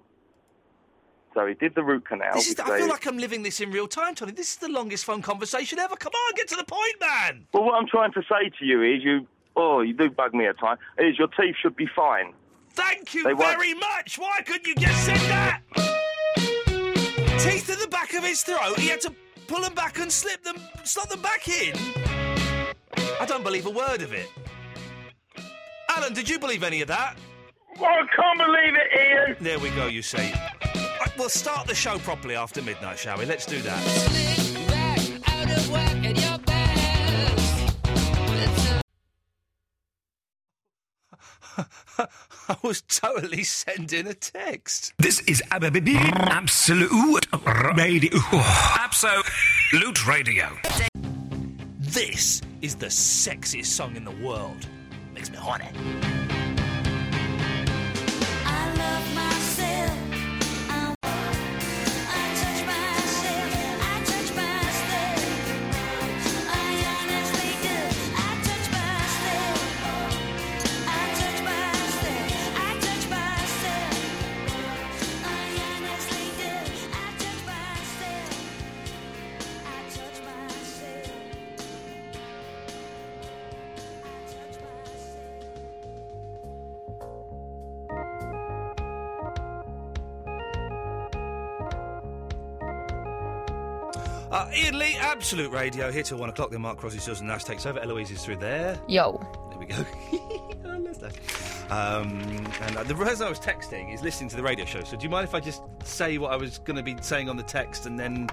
So he did the root canal. This is. which I they- feel like I'm living this in real time, Tony. This is the longest phone conversation ever. Come on, get to the point, man. Well, what I'm trying to say to you is, you, oh, you do bug me at times. Is your teeth should be fine. Thank you They won't- very much. Why couldn't you just said that? Teeth at the back of his throat. He had to pull them back and slip them, slot them back in. I don't believe a word of it. Alan, did you believe any of that? Well, Oh, I can't believe it, Ian. There we go. You see. Right, we'll start the show properly after midnight, shall we? Let's do that. (laughs) I was totally sending a text. This is ABBB Absolute Radio. Absolute Radio. This is the sexiest song in the world. Makes me horny. Uh, Ian Lee, Absolute Radio, here till one o'clock. Then Mark Crosby, Susan Nash takes over. Eloise is through there. Yo. There we go. Oh, that's nice. um, and uh, the person I was texting is listening to the radio show. So do you mind if I just say what I was going to be saying on the text and then.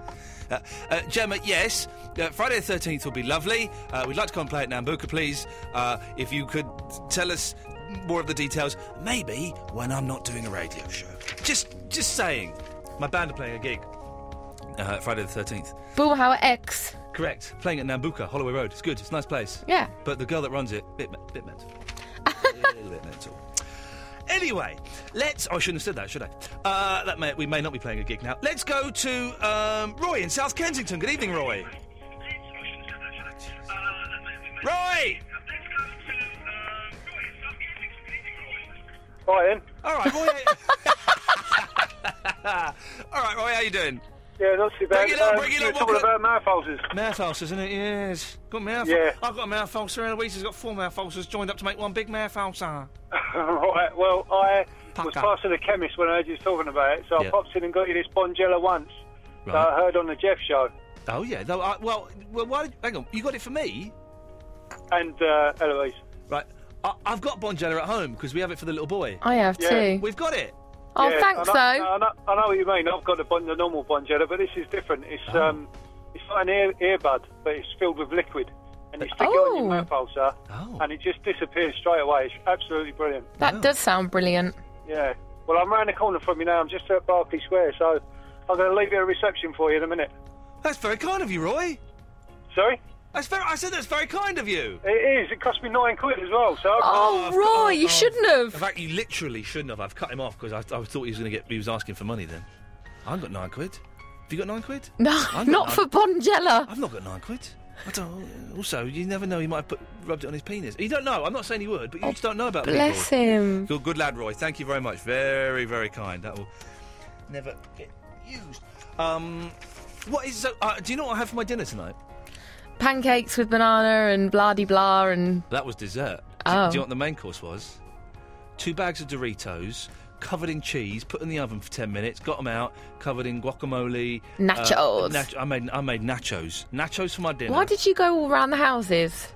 Uh, uh, Gemma, yes. Uh, Friday the 13th will be lovely. Uh, we'd like to come and play at Nambuka, please. Uh, if you could tell us more of the details, maybe when I'm not doing a radio show. Just, just saying. My band are playing a gig uh, Friday the 13th. Boomhauer X. Correct. Playing at Nambuka, Holloway Road. It's good. It's a nice place. Yeah. But the girl that runs it, bit, me- bit mental. a little bit mental. Anyway, let's. Oh, I shouldn't have said that, should I? Uh, that may, we may not be playing a gig now. Let's go to um, Roy in South Kensington. Good evening, Roy. Roy. Hi, Ian. All right, Roy. (laughs) All right, Roy. How you doing? Yeah, not too bad. Bring it on, Um, bring it you're on. talking about mouth (laughs) ulcers. Mouth ulcers, isn't it? Yes. Got mouth. Yeah. I've got a mouth ulcer. Eloise has got four mouth ulcers joined up to make one big mouth ulcer. right, well, I was Pucker. passing the chemist when I heard you was talking about it, so Yeah. I popped in and got you this Bonjela once that Right. I heard on the Jeff show. Oh yeah. Though. I, well, well. Why? Did, hang on. You got it for me. And uh, Eloise. Right. I, I've got Bonjela at home because we have it for the little boy. I have Yeah. too. We've got it. Oh, Yeah, thanks, I know, though. I know, I know what you mean. I've got the, bon- the normal Bonjela, but this is different. It's Oh. um, it's like an ear- earbud, but it's filled with liquid. And you stick it Oh. on your mouth ulcer, Oh. and it just disappears straight away. It's absolutely brilliant. That does sound brilliant. Yeah. Well, I'm round the corner from you now. I'm just at Berkeley Square, so I'm going to leave you a reception for you in a minute. That's very kind of you, Roy. Sorry? That's very. I said that's very kind of you. It is. It cost me nine quid as well, so. I've- oh, oh. In fact, you literally shouldn't have. I've cut him off because I, I thought he was going to get. He was asking for money then. I've got nine quid. Have you got nine quid? No, I've got not nine- for Bonjella. I've not got nine quid. I don't. Also, you never know. He might have put, rubbed it on his penis. You don't know. I'm not saying he would, but you just don't know about Oh, Bless people. him. Good, good lad, Roy. Thank you very much. Very, very kind. That will never get used. Um, what is? so- Uh, do you know what I have for my dinner tonight? Pancakes with banana and blah de blah and. That was dessert. Do, Oh. do you know what the main course was? Two bags of Doritos, covered in cheese, put in the oven for ten minutes. Got them out, covered in guacamole. uh, Nachos. nach- I made I made nachos. Nachos for my dinner. Why did you go all round the houses?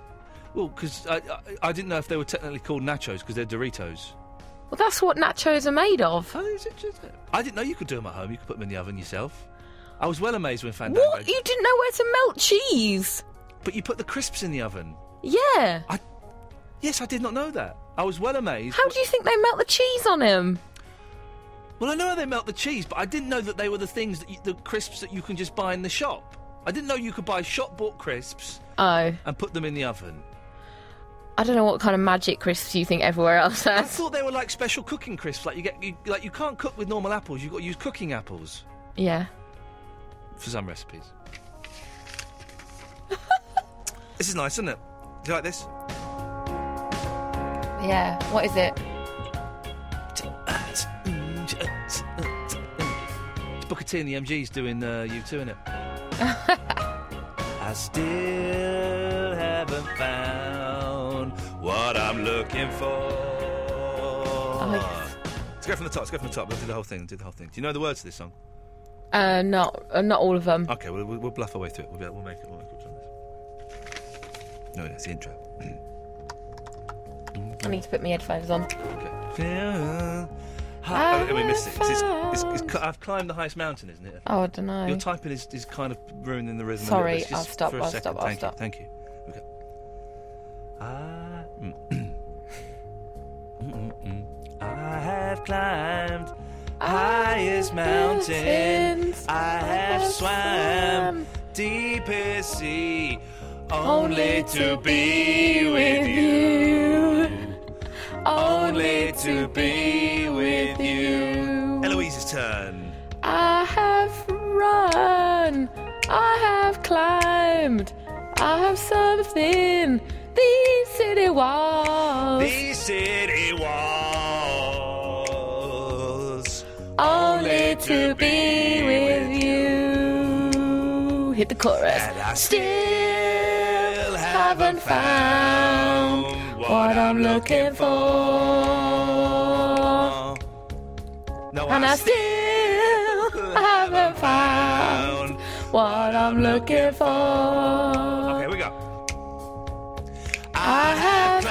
Well, because I, I, I didn't know if they were technically called nachos because they're Doritos. Well, that's what nachos are made of. I didn't know you could do them at home. You could put them in the oven yourself. I was well amazed when Fandango. What? You didn't know where to melt cheese. But you put the crisps in the oven. Yeah. Yes, I did not know that. I was well amazed. How do you think they melt the cheese on him? Well, I know how they melt the cheese, but I didn't know that they were the things that you, the crisps that you can just buy in the shop. I didn't know you could buy shop bought crisps Oh, and put them in the oven. I don't know what kind of magic crisps you think everywhere else I has. thought they were like special cooking crisps. Like you get, you, like you can't cook with normal apples. You've got to use cooking apples (laughs) Yeah. for some recipes. (laughs) this is nice, isn't it? Do you like this? Yeah. What is it? It's Booker T and the MGs doing uh, U2 in it. I still haven't found what I'm looking for. Let's go from the top. Let's go from the top. We'll do the whole thing. Do the whole thing. Do you know the words to this song? Uh, not uh, not all of them. Okay, we'll, we'll, we'll bluff our way through it. We'll, be, we'll make it. We'll make it. we'll make it. No, it's the intro. I need to put my headphones on. Feel high- oh, we missed it. It's, it's, it's, it's, I've climbed the highest mountain, isn't it? Oh, I dunno. Your typing is, is kind of ruining the rhythm. Sorry, a little bit. It's I'll just stop, For a I'll second. stop, I'll thank stop. You, thank you. Okay. I, mm, mm, mm, mm. I have climbed highest mountain. mountains I have swam deepest sea, only to be with you. Only to be with you. Eloise's turn. I have run. I have climbed. I have something. These city walls. These city walls. only to be with you. Hit the chorus. And I still haven't found what I'm looking for. No, and I still haven't found what I'm looking for. Here we go. I have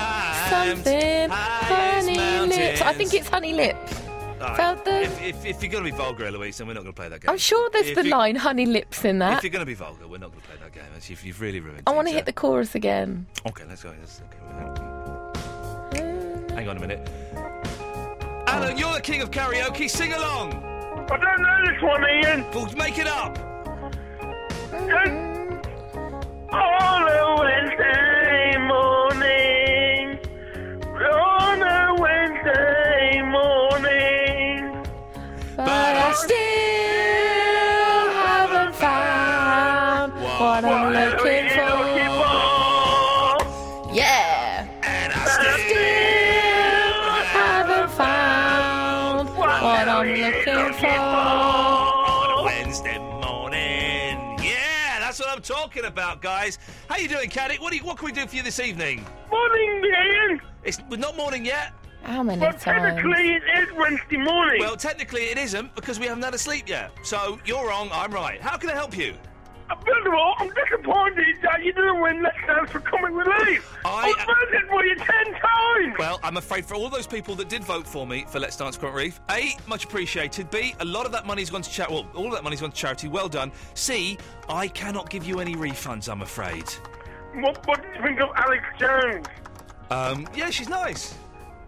something honey lips. I think it's honey lips. All Felt the- If, if, if you're going to be vulgar, Eloise, then we're not going to play that game. I'm sure there's If the you- line honey lips in If that. you're going to be vulgar, we're not going to play that game. It's- You've, you've really ruined I it. want to hit the chorus again. Okay, let's go. Let's, okay, hang on a minute. Alan, you're the king of karaoke. Sing along. I don't know this one, Ian. Well, make it up. On a Wednesday morning. On a Wednesday morning. But I still haven't found what I'm looking for. Yeah. And I still haven't found what I'm looking for. Wednesday morning. Yeah, that's what I'm talking about, guys. How you doing, Caddick? What, do you- what can we do for you this evening? Morning, Ian. It's well, not morning yet. How many times? it is Wednesday morning. Well, technically it isn't because we haven't had a sleep yet. So you're wrong, I'm right. How can I help you? First of all, I'm disappointed that you didn't win Let's Dance for Comic Relief. I, I voted for you ten times. Well, I'm afraid for all those people that did vote for me for Let's Dance Current Reef, A, much appreciated. B, a lot of that money's gone to charity. Well, all of that money's gone to charity. Well done. C, I cannot give you any refunds, I'm afraid. What, what do you think of Alex Jones? Um, yeah, she's nice.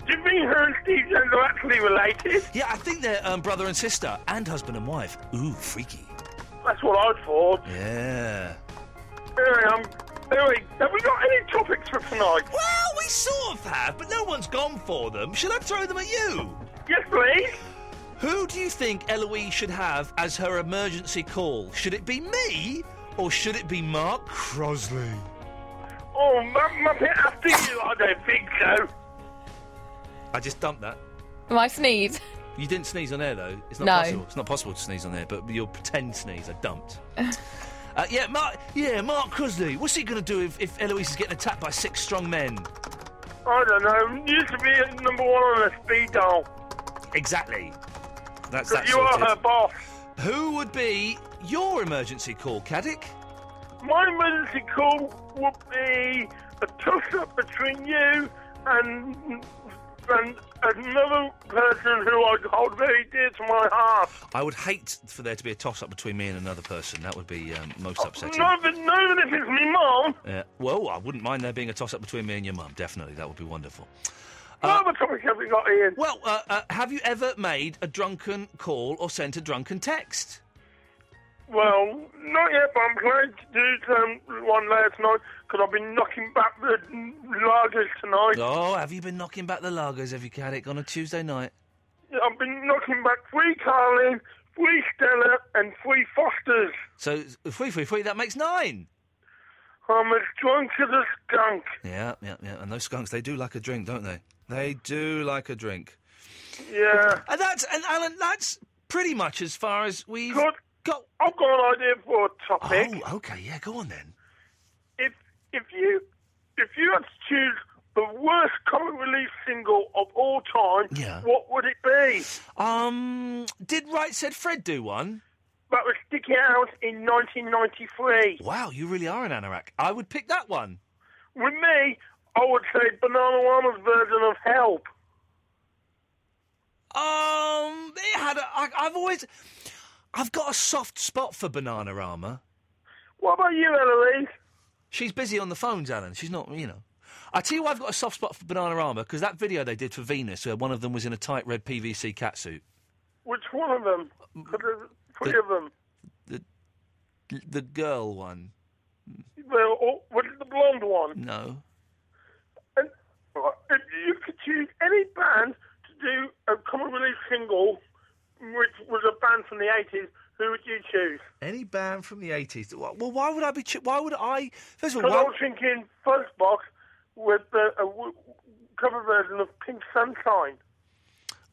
Do you think her and Steve Jones are actually related? Yeah, I think they're um, brother and sister and husband and wife. Ooh, freaky. That's what I thought. Yeah. Anyway, um, anyway, have we got any topics for tonight? Well, we sort of have, but no one's gone for them. Should I throw them at you? Yes, please. Who do you think Eloise should have as her emergency call? Should it be me or should it be Mark Crosley? Oh, Mu- Muppet after you? I don't think so. I just dumped that. My sneeze. You didn't sneeze on air, though. It's not No. possible. It's not possible to sneeze on air, but your pretend sneeze, I dumped. Uh, yeah, Mark. Yeah, Mark Crosley. What's he going to do if, if Eloise is getting attacked by six strong men? I don't know. You used to be number one on a speed dial. Exactly. That's Because that. you are sorted. her boss. Who would be your emergency call, Caddick? My emergency call would be a toss-up between you and and another person who I hold very dear to my heart. I would hate for there to be a toss-up between me and another person. That would be um, most upsetting. No, but no, but if it's me mum. Uh, well, I wouldn't mind there being a toss-up between me and your mum. Definitely, that would be wonderful. What other topic have we got, Ian? Well, uh, uh, have you ever made a drunken call or sent a drunken text? Well, not yet, but I'm planning to do um, one last night because I've been knocking back the lagers tonight. Oh, have you been knocking back the lagers? Have you had it on a Tuesday night? I've been knocking back three Carlin, three Stella, and three Fosters. So three, three, three. That makes nine. I'm as drunk as a skunk. Yeah, yeah, yeah. And those skunks, they do like a drink, don't they? They do like a drink. Yeah. And that's and Alan, that's pretty much as far as we've got. I've got an idea for a topic. Oh, okay, yeah, go on then. If if you if you had to choose the worst comic relief single of all time, Yeah. what would it be? Um, did Right Said Fred do one? That was Stick It Out in 1993. Wow, you really are an anorak. I would pick that one. With me, I would say Banana Rama's version of Help. Um, it had. A, I, I've always, I've got a soft spot for Banana Rama. What about you, Eloise? She's busy on the phones, Alan. She's not, you know. I tell you why I've got a soft spot for Banana Rama because that video they did for Venus, where one of them was in a tight red PVC catsuit. Which one of them? 'Cause there's Three Mm. The- of them. L- The girl one. They're all- Was it oh, the blonde one? No. Right. If you could choose any band to do a common release single, which was a band from the 80s, who would you choose? Any band from the eighties? Well, why would I be? Ch- why would I? First of Because all, I why, was thinking Fuzzbox with the a w- cover version of Pink Sunshine.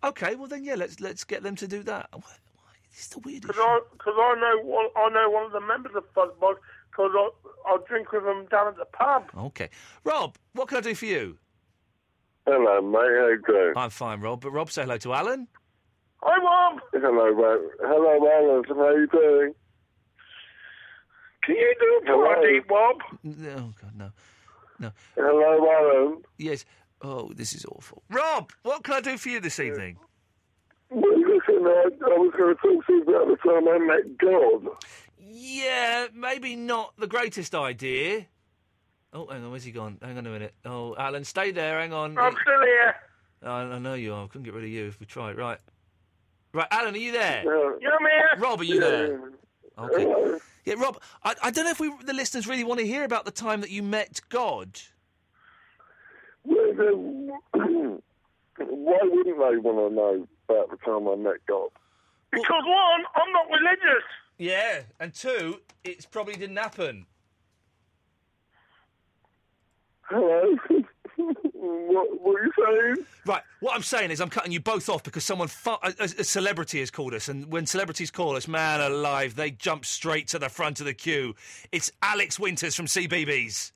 okay, well then, yeah, let's let's get them to do that. Why- why- It's the weirdest. Because I, cause I know one, I know one of the members of Fuzzbox because I I drink with them down at the pub. Okay, Rob, what can I do for you? Hello, mate. How you doing? I'm fine, Rob. But Rob, say hello to Alan. Hi, Mom. Hello, mate. Hello, Alan. How you doing? Can you do a party, Bob? No, oh, God, no, no. Hello, Alan. Yes. Oh, this is awful. Rob, what can I do for you this evening? Well, listen, I, I was going to talk to you about the time I met God. Yeah, maybe not the greatest idea. Oh, hang on, where's he gone? Hang on a minute. Oh, Alan, stay there. Hang on. Oh, I'm still here. I, I know you are. I couldn't get rid of you if we tried. Right. Right, Alan, are you there? Yeah, I'm here. Rob, are you there? Okay. Yeah, Rob, I, I don't know if we the listeners really want to hear about the time that you met God. Well, then, Why wouldn't they want to know about the time I met God? Because one, I'm not religious. Yeah, and two, it probably didn't happen. Hello? what, what are you saying? Right, what I'm saying is I'm cutting you both off because someone, fu- a, a a celebrity has called us, and when celebrities call us, man alive, they jump straight to the front of the queue. It's Alex Winters from CBBS.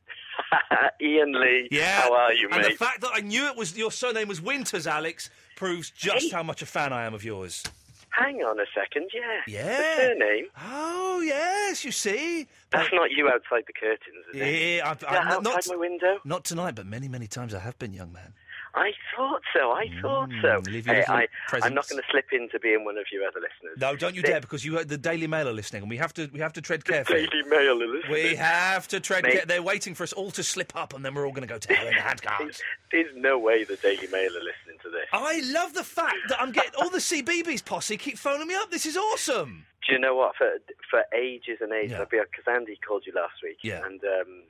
(laughs) Ian Lee, yeah. how are you, and mate? the fact that I knew it was your surname was Winters, Alex, proves just how much a fan I am of yours. Hang on a second, yeah. Yeah. The surname? Oh yes, you see. That's not you outside the curtains, is it? Yeah, I've, Is that I've- not, outside my window. Not tonight, but many, many times I have been, young man. I thought so. I thought so. Hmm, leave your Hey, little I, I'm not presents. going to slip into being one of your other listeners. No, don't you They- dare, because you the Daily Mail are listening, and we have to we have to tread carefully. Daily Mail are listening. We have to tread. Mate. care- they're waiting for us all to slip up, and then we're all going to go to hell in a handcart. There's no way the Daily Mail are listening to this. I love the fact that I'm getting all the CBBS posse keep phoning me up. This is awesome. Do you know what? For for ages and ages, Yeah. I've been because Andy called you last week, Yeah. and um,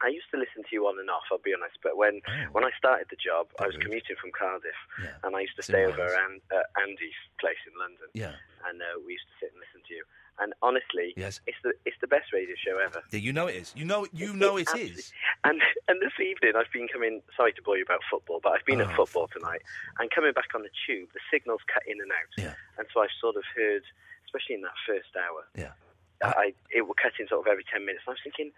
I used to listen to you on and off. I'll be honest, but when Oh. when I started the job, I was commuting from Cardiff, and I used to It's stay in over Wales. at An- uh, Andy's place in London, Yeah. and uh, we used to sit and listen to you. And honestly, Yes. it's the it's the best radio show ever. Yeah, you know it is. You know you know it absolutely- is. And (laughs) and this evening, I've been coming. Sorry to bore you about football, but I've been Oh, at football tonight, and coming back on the tube, the signals cut in and out, and so I've sort of heard, especially in that first hour, Yeah. I, it will cut in sort of every ten minutes. And I was thinking,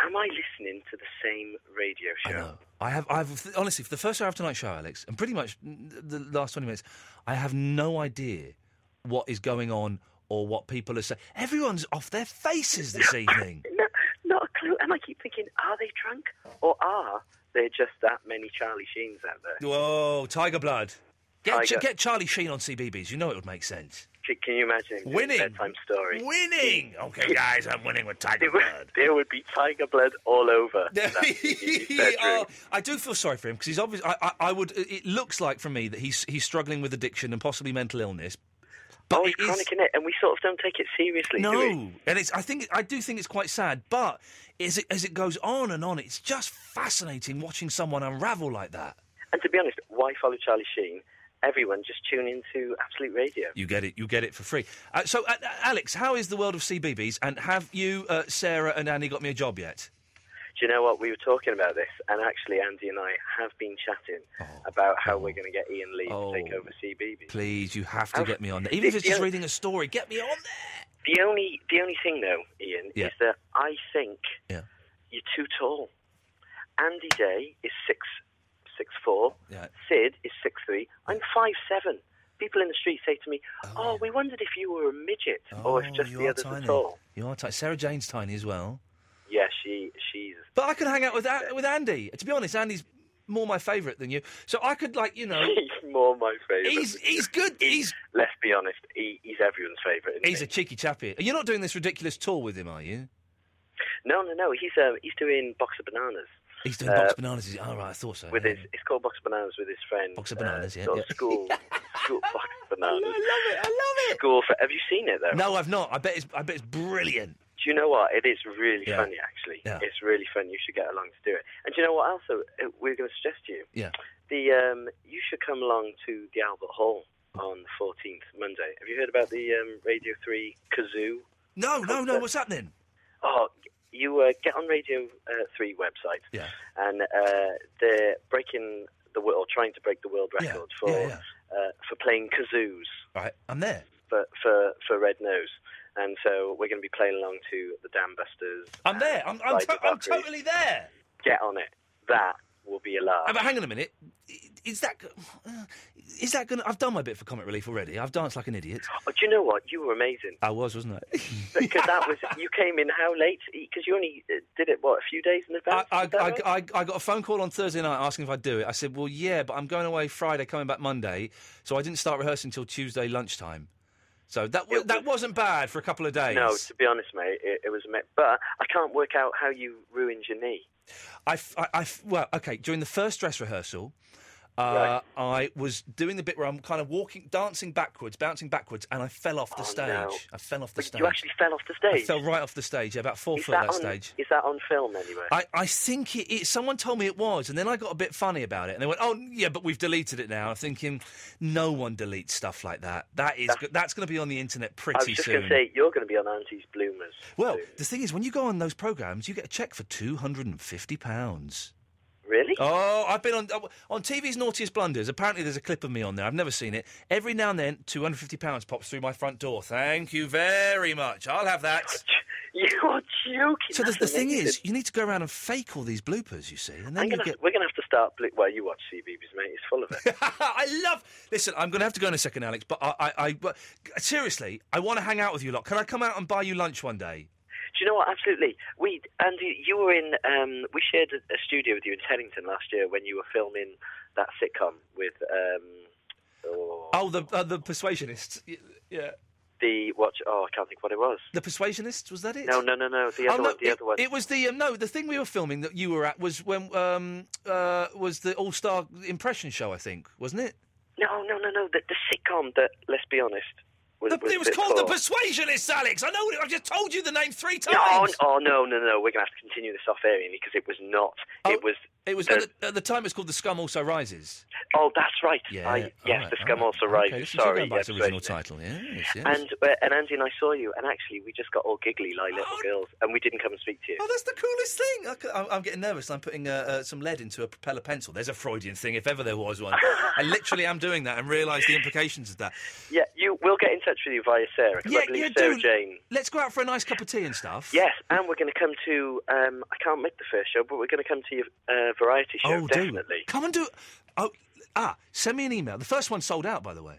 am I listening to the same radio show? I have, I've honestly, for the first hour of tonight's show, Alex, and pretty much the last twenty minutes, I have no idea what is going on or what people are saying. Everyone's off their faces this (laughs) evening. No, not a clue. And I keep thinking, are they drunk or are there just that many Charlie Sheens out there? Whoa, Tiger Blood. Get, Tiger. get Charlie Sheen on CBBS. You know it would make sense. Can, can you imagine him doing Winning. bedtime story? (laughs) Winning. Okay, guys, I'm winning with Tiger Blood. There would be tiger blood (laughs) all over. Oh, I do feel sorry for him because he's obviously. I, I, I would. It looks like for me that he's he's struggling with addiction and possibly mental illness. But oh, he's it is- chronic in it, and we sort of don't take it seriously. no, do we? and it's. I think I do think it's quite sad, but as it as it goes on and on, it's just fascinating watching someone unravel like that. And to be honest, why follow Charlie Sheen? Everyone just tune into Absolute Radio. You get it. You get it for free. Uh, so, uh, uh, Alex, how is the world of CBBS? And have you, uh, Sarah, and Annie got me a job yet? Do you know what? We were talking about this, and actually, Andy and I have been chatting Oh, about how we're going to get Ian Lee to take over CBB. Please, you have to get me on there. Even if it's just reading a story, get me on there. Oh, The only, the only thing though, Ian, Yeah. is that I think Yeah. you're too tall. Andy Day is six, six four. Yeah. Sid is six three. I'm five seven. People in the street say to me, "Oh, we wondered if you were a midget or if Oh, just Oh, you the are others tiny. are tall." You are tiny. Sarah Jane's tiny as well. Yeah, she, she's. (laughs) But I could hang out with A- with Andy. To be honest, Andy's more my favourite than you. So I could like you know. He's more my favourite. He's he's good. He's let's be honest. He, he's everyone's favourite. isn't he's a cheeky chappy. You're not doing this ridiculous tour with him, are you? he? No, no, no. He's uh, he's doing box of bananas. He's doing Uh, box bananas. Is- oh, right, I thought so. With yeah. his, it's called box of bananas with his friend. (laughs) Box of Bananas, yeah, (laughs) sort of (laughs) yeah. School, school box of bananas. I love it. (laughs) I love it. School for. Have you seen it though? No, I've not. I bet it's I bet it's brilliant. Do you know what? It is really Yeah. funny, actually. Yeah. It's really fun. You should get along to do it. And do you know what? Also, uh, we're going to suggest to you Yeah. the um, you should come along to the Albert Hall on the 14th Monday. Have you heard about the um, Radio 3 kazoo? No, no, no. What's happening? Oh, you uh, get on Radio uh, 3 website. Yeah. and uh, they're breaking the world, or trying to break the world record for Uh, for playing kazoos Right, I'm there. for, for for Red Nose, and so we're going to be playing along to the Dam Busters. I'm there. I'm I'm, Liza to- I'm Valkyrie. totally there. Get on it. That will be a laugh. Uh, but hang on a minute. I- Is that go- uh, is that gonna? I've done my bit for comic relief already. I've danced like an idiot. Oh, do you know what? You were amazing I was, wasn't I? because that was you came in how late? Because you only uh, did it what a few days in advance. I, Is that I, right? I, I got a phone call on Thursday night asking if I'd do it. I said, well, yeah, but I'm going away Friday, coming back Monday. So I didn't start rehearsing until Tuesday lunchtime. So that, w- that wasn't bad for a couple of days. No, to be honest, mate, it, it was a me- but I can't work out how you ruined your knee. I, f- I- I f- well, okay. During the first dress rehearsal, uh, I was doing the bit where I'm kind of walking, dancing backwards, bouncing backwards, and I fell off the stage. Oh, no. I fell off the stage. You actually fell off the I stage. fell right off the stage. Yeah, about four is foot that that on, stage. Is that on film anywhere? I, I think it, it. Someone told me it was, and then I got a bit funny about it, and they went, "Oh, yeah, but we've deleted it now." I'm thinking, no one deletes stuff like that. That is go- that's going to be on the internet pretty I was just soon. going to say you're going to be on Auntie's Bloomers. well, the thing is, when you go on those programs, you get a check for two hundred and fifty pounds. Really? Oh, I've been on on TV's Naughtiest Blunders. Apparently, there's a clip of me on there. I've never seen it. Every now and then, two hundred fifty pounds pops through my front door. Thank you very much. I'll (laughs) have that. You are joking. So the, That's the thing amazing. is, you need to go around and fake all these bloopers, you see, and then I'm you gonna, get. We're going to have to start. Bl- well, you watch CBBS, mate. It's full of it. (laughs) I love. Listen, I'm going to have to go in a second, Alex. But I, I, I but seriously, I want to hang out with you lot. Can I come out and buy you lunch one day? Do you know what? Absolutely. We Andy, you were in. Um, we shared a, a studio with you in Teddington last year when you were filming that sitcom with um, oh, Oh, the uh, the persuasionists. Y- Yeah, the watch. Oh, I can't think what it was. the persuasionists. Was that it? No, no, no, no. The other oh, no, one. The it, other one. It was the um, no. The thing we were filming that you were at was when um uh was the All Star Impression Show, I think, wasn't it? No, no, no, no. The, the sitcom that. Let's be honest. Was, The- it was called The Persuasion. Persuasionists, Alex. I know. it- I've just told you the name three times. No, oh no, no, no. We're going to have to continue this off air because it was not. it was. Oh, It was the- at, the, at the time. It's called The Scum Also Rises. Oh, that's right. Yeah. I, all yes, right, the all scum right. also Okay, rises. this is all Sorry. going back yes, to its original right. title. Yes, yes. And uh, and Andy and I saw you, and actually we just got all giggly like little girls, and we didn't come and speak to you. Oh, that's the coolest thing. I c- I'm, I'm getting nervous. I'm putting uh, uh, some lead into a propeller pencil. There's a Freudian thing, if ever there was one. I literally am doing that and realise the implications of that. Yeah, you. We'll get in touch with you via Sarah. 'cause Yeah, I believe you Sarah do. Jane. Let's go out for a nice cup of tea and stuff. Yes, and we're going to come to. Um, I can't make the first show, but we're going to come to your uh, variety show oh, do definitely. come and do. Oh, ah, send me an email. The first one sold out, by the way.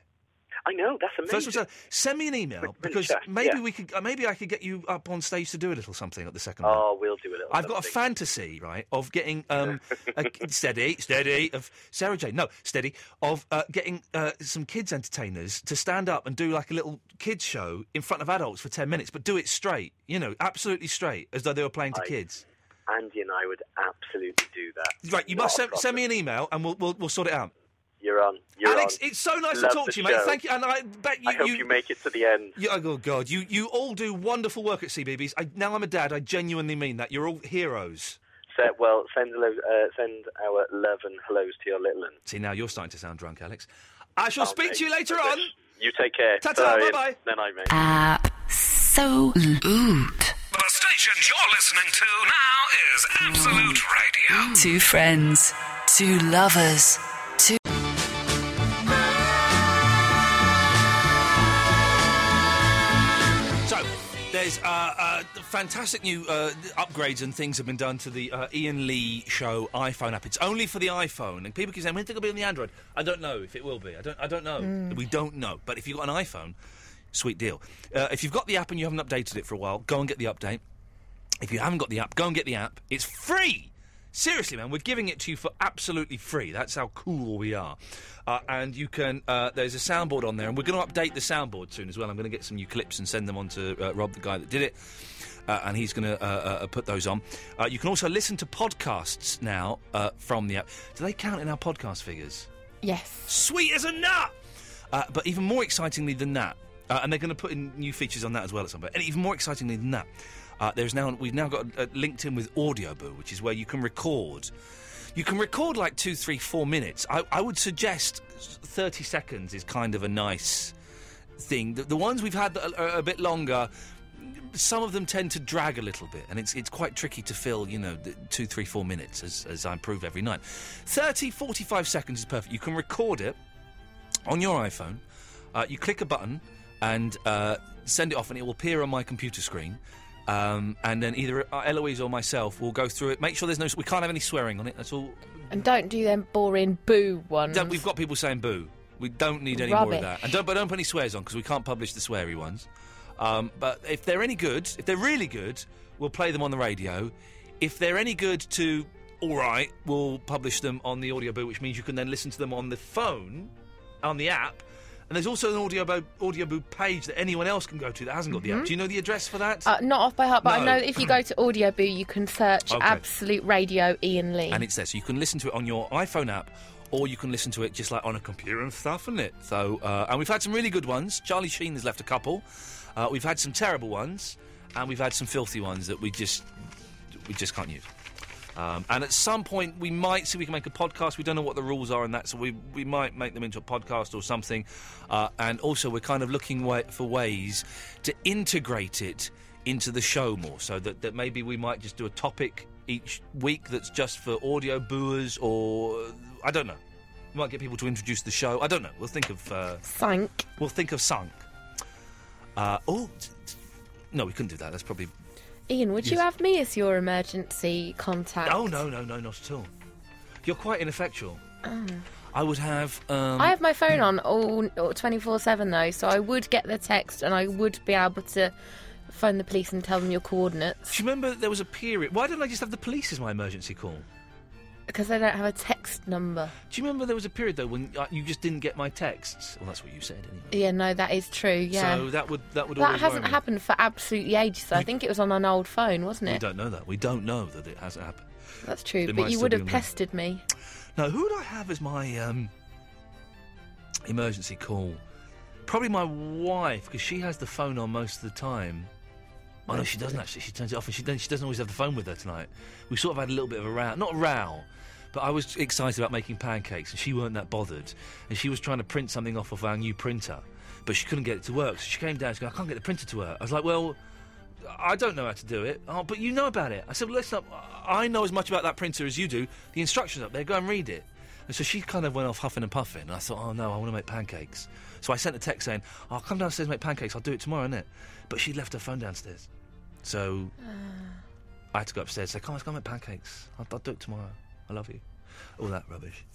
I know, that's amazing. First of all, send me an email because maybe we could, uh, maybe I could get you up on stage to do a little something at the second. round. Oh, we'll do a little. I've got a something. fantasy, right, of getting um, (laughs) a, steady, steady of Sarah Jane. No, steady of uh, getting uh, some kids entertainers to stand up and do like a little kids show in front of adults for ten minutes, but do it straight. You know, absolutely straight, as though they were playing to I- kids. Andy and I would absolutely do that. Right, you Not must a send, problem. send me an email and we'll we'll, we'll sort it out. You're on. You're Alex, on. it's so nice Love to talk the to you, mate. show. Thank you, and I bet you I hope you, make it to the end. You, oh God, you you all do wonderful work at CBBS. I, now I'm a dad. I genuinely mean that. You're all heroes. So, well, send lo- uh, send our love and hellos to your little one. See, now you're starting to sound drunk, Alex. I shall speak to you later on. You take care. Ta-ta, Sorry. bye-bye. Then I mate. Ah. so oot. The station you're listening to now is Absolute Radio. Two friends, two lovers, two. So, there's uh, uh, fantastic new uh, upgrades and things have been done to the uh, Ian Lee Show iPhone app. It's only for the iPhone, and people keep saying, "When do you think it'll be on the Android?" I don't know if it will be. I don't. I don't know. Mm. We don't know. But if you've got an iPhone, sweet deal. Uh, if you've got the app and you haven't updated it for a while, go and get the update. If you haven't got the app, go and get the app. It's free. Seriously, man, we're giving it to you for absolutely free. That's how cool we are. Uh, and you can, uh, there's a soundboard on there, and we're going to update the soundboard soon as well. I'm going to get some new clips and send them on to uh, Rob, the guy that did it, uh, and he's going to uh, uh, uh, put those on. Uh, you can also listen to podcasts now uh, from the app. Do they count in our podcast figures? Yes. Sweet as a nut! Uh, but even more excitingly than that, uh, and they're going to put in new features on that as well at some point. And even more excitingly than that, uh, there's now we've now got uh, LinkedIn with Audioboo, which is where you can record. You can record like two, three, four minutes. I, I would suggest thirty seconds is kind of a nice thing. The, the ones we've had that are, are a bit longer, some of them tend to drag a little bit, and it's it's quite tricky to fill, you know, the two, three, four minutes, as, as I improve every night. 30, 45 seconds is perfect. You can record it on your iPhone. Uh, you click a button and uh, send it off, and it will appear on my computer screen. Um, and then either uh, Eloise or myself will go through it. Make sure there's no. We can't have any swearing on it. That's all. And don't do them boring boo ones. Don't- We've got people saying boo. We don't need any more of Rubbish. that. And don't, but don't put any swears on because we can't publish the sweary ones. Um, but if they're any good, if they're really good, we'll play them on the radio. If they're any good to all right, we'll publish them on the audio boo, which means you can then listen to them on the phone, on the app. And there's also an audio boo, audio boo page that anyone else can go to that hasn't got the app. Mhm. Do you know the address for that? Uh, not off by heart, but No. I know that if you go to Audioboo, you can search Okay. Absolute Radio Ian Lee. and it's there. So you can listen to it on your iPhone app, or you can listen to it just like on a computer and stuff, isn't it? So, uh, and we've had some really good ones. Charlie Sheen has left a couple. Uh, we've had some terrible ones, and we've had some filthy ones that we just we just can't use. Um, and at some point, we might see if we can make a podcast. We don't know what the rules are on that, so we, we might make them into a podcast or something. Uh, and also, we're kind of looking wa- for ways to integrate it into the show more, so that, that maybe we might just do a topic each week that's just for audio booers, or I don't know. We might get people to introduce the show. I don't know. We'll think of uh, Sank. We'll think of sunk. Uh, oh, t- t- no, we couldn't do that. That's probably Ian, would you Yes. have me as your emergency contact? Oh no, no, no, not at all. You're quite ineffectual. I would have. Um, Ah. I have my phone on all twenty four seven though, so I would get the text and I would be able to phone the police and tell them your coordinates Do you remember there was a period? Why didn't I just have the police as my emergency call? because they don't have a text number. Do you remember there was a period though when uh, you just didn't get my texts? Well, that's what you said anyway. Yeah, no, that is true. Yeah, So that would that would. that always worry hasn't me. happened for absolutely ages. So I think it was on an old phone, wasn't We it? don't know that. We don't know that it hasn't happened. That's true, It might but you still would be have on the- pestered me. No, who would I have as my um, emergency call? Probably my wife because she has the phone on most of the time. Oh no, she doesn't actually. She turns it off, and she then she doesn't always have the phone with her tonight. We sort of had a little bit of a row, not a row, but I was excited about making pancakes, and she weren't that bothered, and she was trying to print something off of our new printer, but she couldn't get it to work. So she came down, she going, "I can't get the printer to work." I was like, "Well." I don't know how to do it. Oh, but you know about it. I said, well, listen up. I know as much about that printer as you do. The instructions up there. Go and read it. And so she kind of went off huffing and puffing. And I thought, oh no, I want to make pancakes. So I sent a text saying, I'll come downstairs and make pancakes. I'll do it tomorrow, innit? But she left her phone downstairs. So I had to go upstairs. Say, come on, let's go make pancakes. I'll, I'll do it tomorrow. I love you. All that rubbish.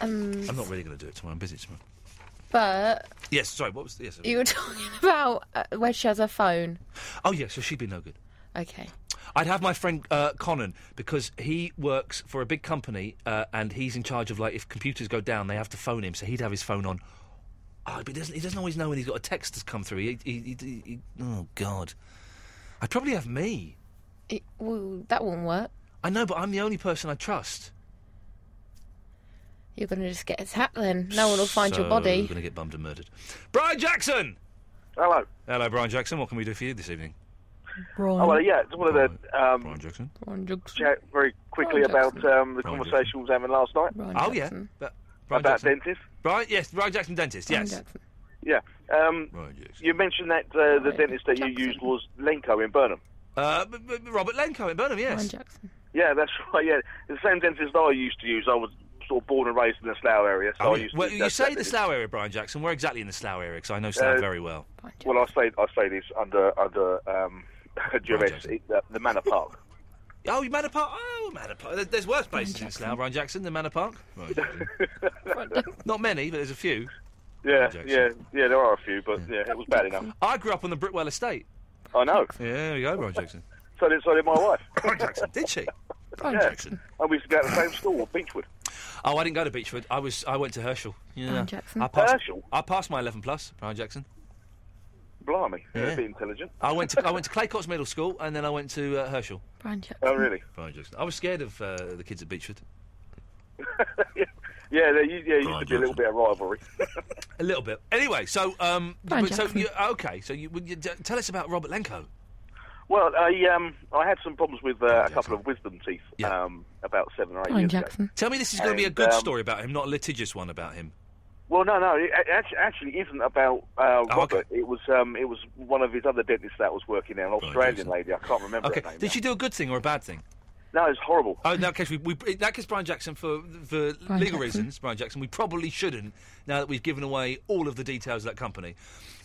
Um, I'm not really going to do it tomorrow. I'm busy tomorrow. But Yes, sorry, what was the. Yes, you were talking about uh, where she has her phone. Oh, yeah, so she'd be no good. Okay. I'd have my friend uh, Conan because he works for a big company uh, and he's in charge of like if computers go down, they have to phone him. So he'd have his phone on. Oh, but he doesn't, he doesn't always know when he's got a text that's come through. He, he, he, he- oh God, I'd probably have me. It, well, that won't work. I know, but I'm the only person I trust. You're going to just get attacked then. No one will find your So You're body. going to get bummed and murdered. Brian Jackson. Hello. Hello, Brian Jackson. What can we do for you this evening? Oh, well, yeah, it's one of the. Um, Brian Jackson. Chat very quickly Brian about Jackson. um, the Brian conversation we was having last night. oh yeah, But- Brian about Jackson. dentists. Brian, yes, Brian Jackson, dentist. Yes. Yeah. Um, you mentioned that uh, the dentist that you used was Lenko in Burnham. Uh, b- b- Robert Lenko in Burnham. Yes. Brian Jackson. Yeah, that's (laughs) right. Yeah, the same dentist I used to use. I was sort of born and raised in the Slough area, so Oh, I yeah. used to. well, use you that say the dentist. Slough area, Brian Jackson. Where exactly in the Slough area? Because I know Slough Uh, very well. Well, I say I say this under under (laughs) um, duress, it- the, the Manor (laughs) Park. Oh, you Manor Park. Oh, Manor Park. There- There's worse places in Slough. Brian Jackson, the (laughs) Manor Park. Not many, but there's a few. yeah, Jackson. yeah, yeah. There are a few, but yeah, it was bad enough. I grew up on the Brickwell Estate. I know. Yeah, there you go, Brian Jackson. So did so did my (laughs) wife. Brian Jackson, did she? yeah. And we used to go to the same school, Beechwood. Oh, I didn't go to Beechwood. I was. I went to Herschel. Yeah. Brian Jackson. I passed, Herschel? I passed my 11 plus. Brian Jackson. Blimey, Yeah. yeah. be intelligent. I went to I went to Claycott's Middle School and then I went to uh, Herschel. Brian Jackson. Oh, really? Brian Jackson. I was scared of uh, the kids at Beechwood. Yeah, there u- yeah, used to be a little bit of rivalry. A little bit. Anyway, so um, Brian but so Jackson. you, okay, so you, would you d- tell us about Robert Lenko. Well, uh, I um, I had some problems with uh, a couple of wisdom teeth um, about seven or eight years ago. Tell me this is going to be a And, good um, story about him, not a litigious one about him. Well, no, no, it a- actually, actually isn't about Oh, uh, Robert. It was um, it was one of his other dentists that was working there, an Australian lady. I can't remember Okay, her name. did she do a good thing or a bad thing? No, it's horrible. Oh, in that case, we, we in that case, Brian Jackson, for for legal reasons, Brian Jackson, we probably shouldn't. Now that we've given away all of the details of that company,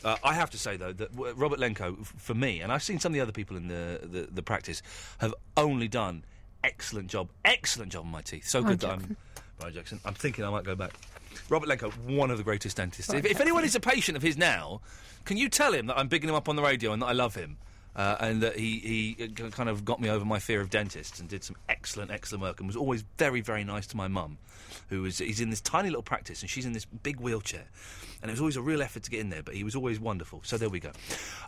uh, I have to say though that w- Robert Lenko, f- for me, and I've seen some of the other people in the the, the practice, have only done excellent job, excellent job on my teeth. So Brian good that I'm Jackson. Brian Jackson. I'm thinking I might go back. Robert Lenko, one of the greatest dentists. Brian If, if anyone is a patient of his now, can you tell him that I'm bigging him up on the radio and that I love him? Uh, and that he, he uh, k- kind of got me over my fear of dentists and did some excellent, excellent work and was always very, very nice to my mum, who was he's in this tiny little practice and she's in this big wheelchair. And it was always a real effort to get in there, but he was always wonderful. So there we go.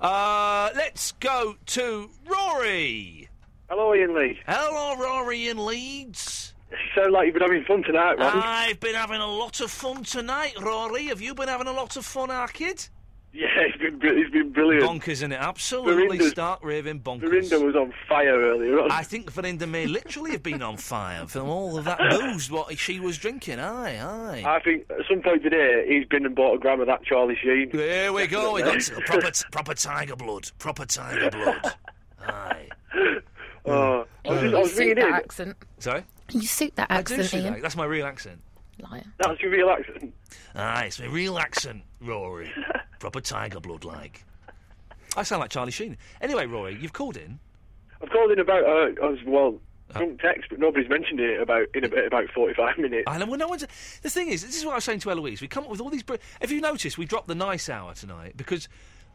Uh, let's go to Rory. Hello, Ian Lee. Hello, Rory in Leeds. You sound like you've been having fun tonight, Ron. I've been having a lot of fun tonight, Rory. Have you been having a lot of fun, our kid? yeah, it's been, br- it's been brilliant. Bonkers, isn't it? Absolutely Verinda's- stark raving bonkers. Verinda was on fire earlier on. I think Verinda may literally have been on fire from all of that (laughs) booze what she was drinking. Aye, aye. I think at some point today he's been and bought a gram of that Charlie Sheen. There we go. Oh, We got s- proper, t- proper tiger blood. Proper tiger (laughs) blood. aye. Oh, I was, just, I you was suit ringing that in. accent. Sorry. You suit that I do accent, see Ian. that. That's my real accent. Liar. That's your real accent. Aye, it's my real accent, (laughs) Rory. proper tiger blood, like. I sound like Charlie Sheen. Anyway, Rory, you've called in. I've called in about uh, I was well Uh-huh. drunk text, but nobody's mentioned it about in about, about forty-five minutes. I know. Well, no one's. The thing is, this is what I was saying to Eloise. We come up with all these. br- If you notice, we dropped the nice hour tonight because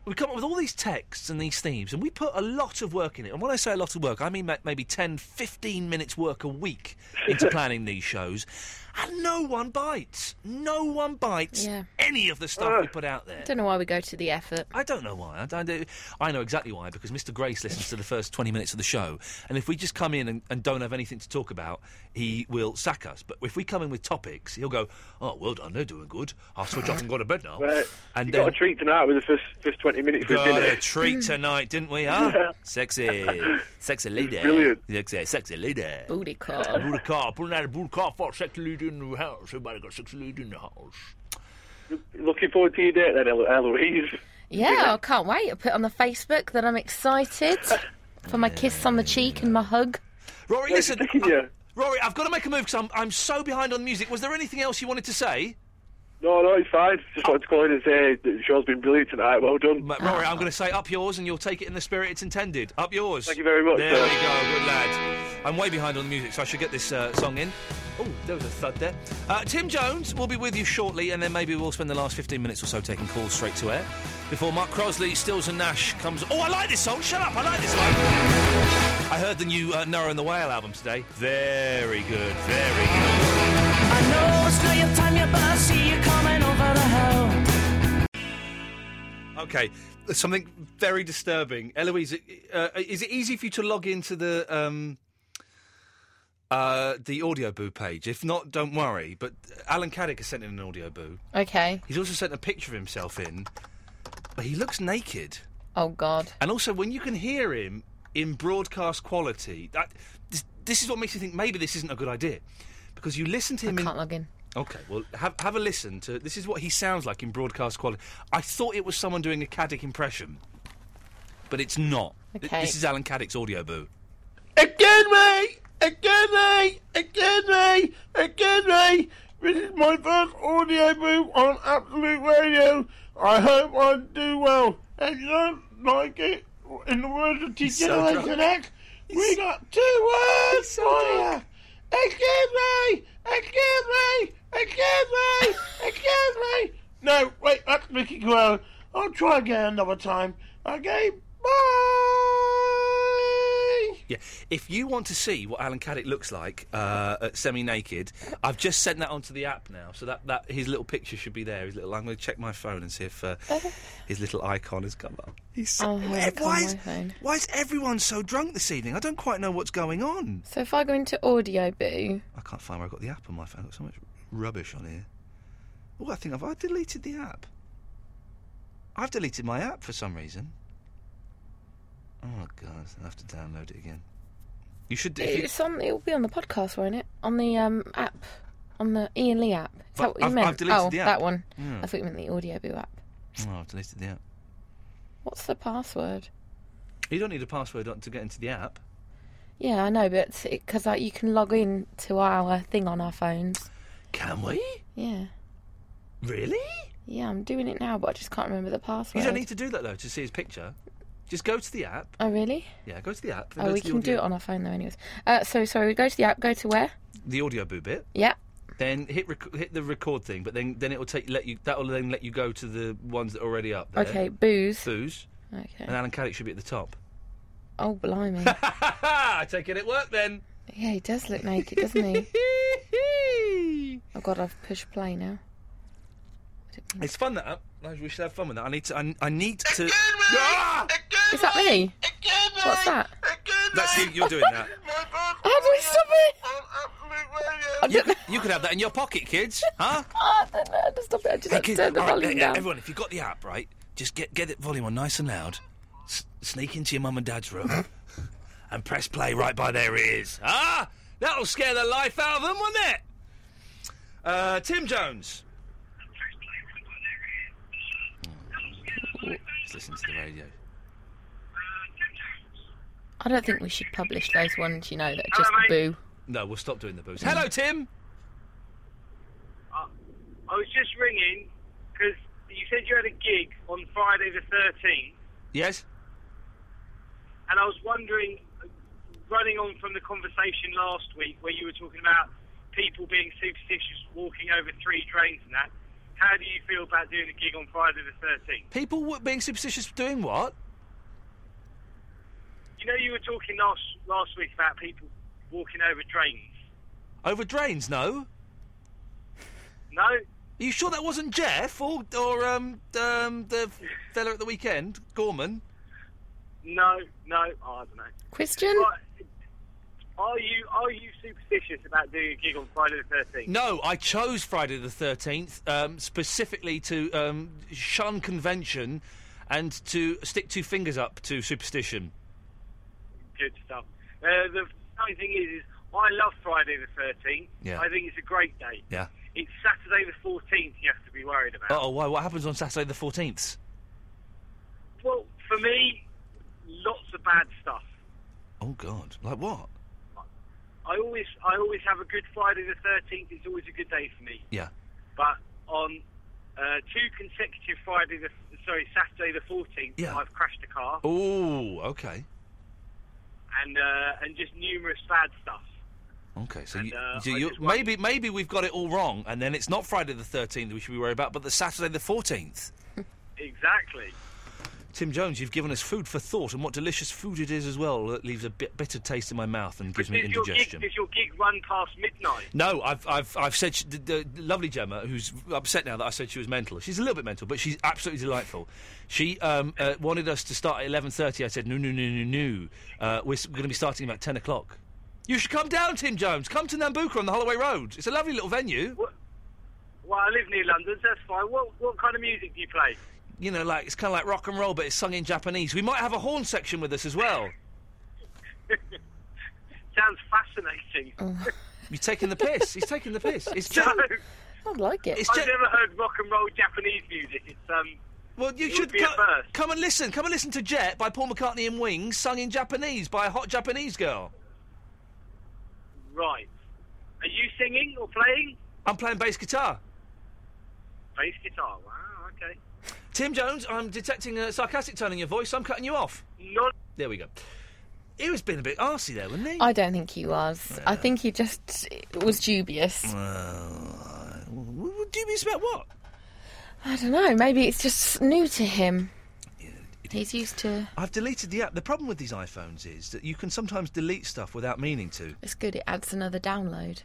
we come up with all these texts and these themes, and we put a lot of work in it. And when I say a lot of work, I mean ma- maybe 10, 15 minutes work a week into planning these shows, and no one bites. No one bites Yeah. any of the stuff we put out there. Don't know why we go to the effort. I don't know why. I, don't, I know exactly why, because Mr. Grace listens to the first 20 minutes of the show. And if we just come in and, and don't have anything to talk about, he will sack us. But if we come in with topics, he'll go, Oh, well done, they're doing good. I'll switch off and go to bed now. Right. And you got a treat tonight with the first first twenty minutes for Got dinner. a treat tonight, didn't we, huh? Yeah. (laughs) Sexy. Sexy lady. Brilliant. Sexy, sexy lady. Booty call. Booty call. Pulling out a booty call for a sexy lady in the house. Everybody got sexy lady in the house. Looking forward to your date then, Elo- Eloise. Yeah, I can't wait. I put it on the Facebook that (laughs) I'm excited for my kiss on the cheek and my hug. Rory, listen. I- Rory, I've got to make a move because I'm, I'm so behind on the music. Was there anything else you wanted to say? No, no, it's fine. Just wanted to call in and say that the show's been brilliant tonight. Well done. Ma- Uh, Rory, I'm going to say up yours, and you'll take it in the spirit it's intended. Up yours. Thank you very much, There sir. we go. Good lad. I'm way behind on the music, so I should get this uh, song in. Oh, there was a thud there. Uh, Tim Jones will be with you shortly, and then maybe we'll spend the last 15 minutes or so taking calls straight to air before Mark Crosley, Stills, and Nash comes. Oh, I like this song. Shut up. I like this one. I heard the new uh, Noah and the Whale album today. Very good. Very good. I know it's not your time yet, but I see you coming over the hill. Okay, there's something very disturbing. Eloise, uh, is it easy for you to log into the um, uh, the audio boo page? If not, don't worry. But Alan Caddick has sent in an audio boo. Okay. He's also sent a picture of himself in, but he looks naked. Oh God. And also, when you can hear him in broadcast quality, that this, this is what makes you think maybe this isn't a good idea, because you listen to him. Can't log in. Okay, well, have have a listen to this. Is what he sounds like in broadcast quality. I thought it was someone doing a Caddick impression, but it's not. Th- Okay. This is Alan Caddick's audio boo. Again, mate! Again, mate! Again, mate! Again, mate! This is my first audio move on Absolute Radio. I hope I do well. And you don't like it, in the words of He's so drunk. Generation X, we got two words for you. Again, mate! Again, mate! Again, mate! Again, mate! No, wait, that's Vicky Guerrero. I'll try again another time. Okay, bye! Yeah. If you want to see what Alan Caddick looks like uh, semi naked, I've just sent that onto the app now. So that, that his little picture should be there. His little. I'm going to check my phone and see if (laughs) uh, his little icon has come up. He's so, Oh, here Eh, it come, why, my is, phone. why is everyone so drunk this evening? I don't quite know what's going on. So if I go into audio boo, I can't find where I got the app on my phone. I've got so much rubbish on here. Oh, I think I've I deleted the app. I've deleted my app for some reason. Oh god, I have to download it again. You should. If you, it's on. It will be on the podcast, won't it? On the um app, on the Ian Lee app. Is But that what you I've- meant? I've deleted oh, the app. Hmm. that one. Yeah. I thought you meant the audio boo app. oh, I've deleted the app. What's the password? You don't need a password on- to get into the app. Yeah, I know, but because like, you can log in to our thing on our phones. Can we? Yeah, Really? yeah, I'm doing it now, but I just can't remember the password. You don't need to do that though to see his picture. Just go to the app. Oh, really? Yeah, go to the app. then Oh, go we to the can do audio- it on our phone though, anyways. Uh, so sorry, we go to the app. Go to where? the audio boo bit. Yeah. Then hit rec- hit the record thing, but then then it'll take let you that'll then let you go to the ones that are already up. There. Okay, booze. Booze. Okay. And Alan Caddick should be at the top. (laughs) Oh, blimey. I take it at work then. yeah, he does look naked, doesn't (laughs) he? oh God, I've pushed play now. It's fun that app. We should have fun with that. I need to. I, I need to. Ah! Is that me? What's that? That's you. You're doing (laughs) that. How do I stop (laughs) it? you, you could have that in your pocket, (laughs) kids. Huh? Oh, I don't know how to stop it. I just Hey, have to kid, turn the all right, volume e- down. Everyone, if you've got the app, right, just get get the volume on nice and loud. S- sneak into your mum and dad's room (laughs) and press play right by their ears. Ah, that'll scare the life out of them, won't it? Uh, Tim Jones. Let's listen to the radio. I don't think we should publish those ones, you know, that are just boo. No, we'll stop doing the booze. Hello, Tim. I was just ringing because you said you had a gig on Friday the 13th, Yes. and I was wondering, running on from the conversation last week where you were talking about people being superstitious walking over three drains and that, how do you feel about doing a gig on Friday the 13th? People were being superstitious for doing what? You know, you were talking last, last week about people walking over drains. Over drains? No. No. Are you sure that wasn't Jeff or or um um the fella at the weekend, Gorman? No, no, oh, I don't know. Christian? Are you are you superstitious about doing a gig on Friday the 13th? No, I chose Friday the 13th um, specifically to um, shun convention and to stick two fingers up to superstition. good stuff. Uh, the funny thing is, is I love Friday the 13th. Yeah. I think it's a great day. Yeah. It's Saturday the 14th you have to be worried about. Oh, why? What happens on Saturday the 14th? Well, for me, lots of bad stuff. Oh, God. Like what? I always, I always have a good Friday the 13th. It's always a good day for me. Yeah. But on uh, two consecutive Friday, the, sorry, Saturday the 14th, Yeah. Oh. I've crashed a car. Oh, okay. and uh, and just numerous fad stuff. Okay, so, you, uh, so I you, just maybe maybe we've got it all wrong, and then it's not Friday the 13th we should be worried about, but the Saturday the 14th. Exactly. Tim Jones, you've given us food for thought, and what delicious food it is as well. That leaves a bit bitter taste in my mouth and gives me Does your, indigestion. gig, does your gig run past midnight? No, I've, I've, I've said she, the, the lovely Gemma, who's upset now that I said she was mental. She's a little bit mental, but she's absolutely delightful. She um, uh, wanted us to start at eleven thirty. I said no, no, no, no, no. Uh, we're going to be starting about ten o'clock. You should come down, Tim Jones. Come to Nambuka on the Holloway Road. It's a lovely little venue. Well, I live near London, so that's fine. What what kind of music do you play? You know, like it's kind of like rock and roll, but it's sung in Japanese. We might have a horn section with us as (laughs) well. Sounds fascinating. He's taking the piss. He's taking the piss. (laughs) It's No. just. I like it. I've never heard rock and roll Japanese music. It's um. Well, you it should would be a co- first. come and listen. Come and listen to Jet by Paul McCartney and Wings, sung in Japanese by a hot Japanese girl. Right. Are you singing or playing I'm playing bass guitar. bass guitar? Wow. Okay. Tim Jones, I'm detecting a sarcastic tone in your voice. so I'm cutting you off. No. There we go. He was being a bit arsey there, wasn't he? I don't think he was. I think he just was dubious. Well, dubious about what? I don't know. Maybe it's just new to him. He's used to. I've deleted the app. The problem with these iPhones is that you can sometimes delete stuff without meaning to. It's good. It adds another download.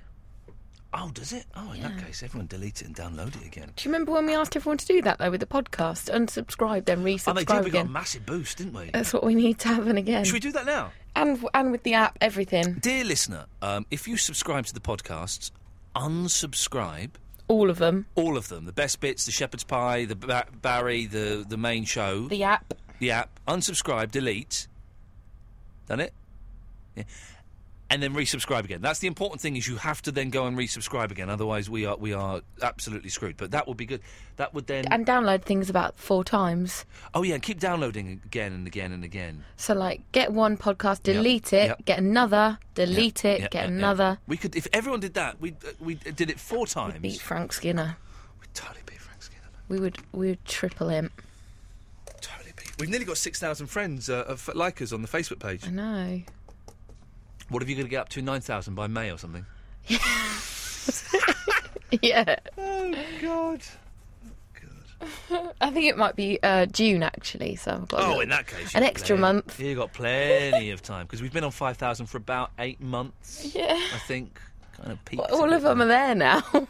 Oh, does it? Oh, in that case, everyone delete it and download it again. Do you remember when we asked everyone to do that though with the podcast? Unsubscribe, then resubscribe Oh, they did. We got a again. massive boost, didn't we? That's what we need to happen again. Should we do that now? And and with the app, everything, Dear listener, um, if you subscribe to the podcasts, unsubscribe. all of them, All of them. The best bits, the shepherd's pie, the ba- Barry, the, the main show. the app. the app, unsubscribe, delete. Done it? Yeah. And then resubscribe again. That's the important thing is you have to then go and resubscribe again. Otherwise we are we are absolutely screwed. But that would be good. That would then and download things about four times. Oh yeah, keep downloading again and again and again. So like, get one podcast, delete it, yep. get another, delete it, Yeah, get yeah, yeah. another. We could if everyone did that, we uh, we did it four times. Beat Frank Skinner. We would we would triple him. (laughs) We've nearly got 6,000 friends uh, of like us on the Facebook page. I know. (laughs) What have you got to get up to 9,000 by May or something? yeah. Oh God. (laughs) I think it might be uh, June actually. So I've got a Oh, little- in that case, an you've extra plenty- month. You got plenty of time because we've been on five thousand for about eight months. Yeah. I think kind of peaked. All of them are there now. (laughs)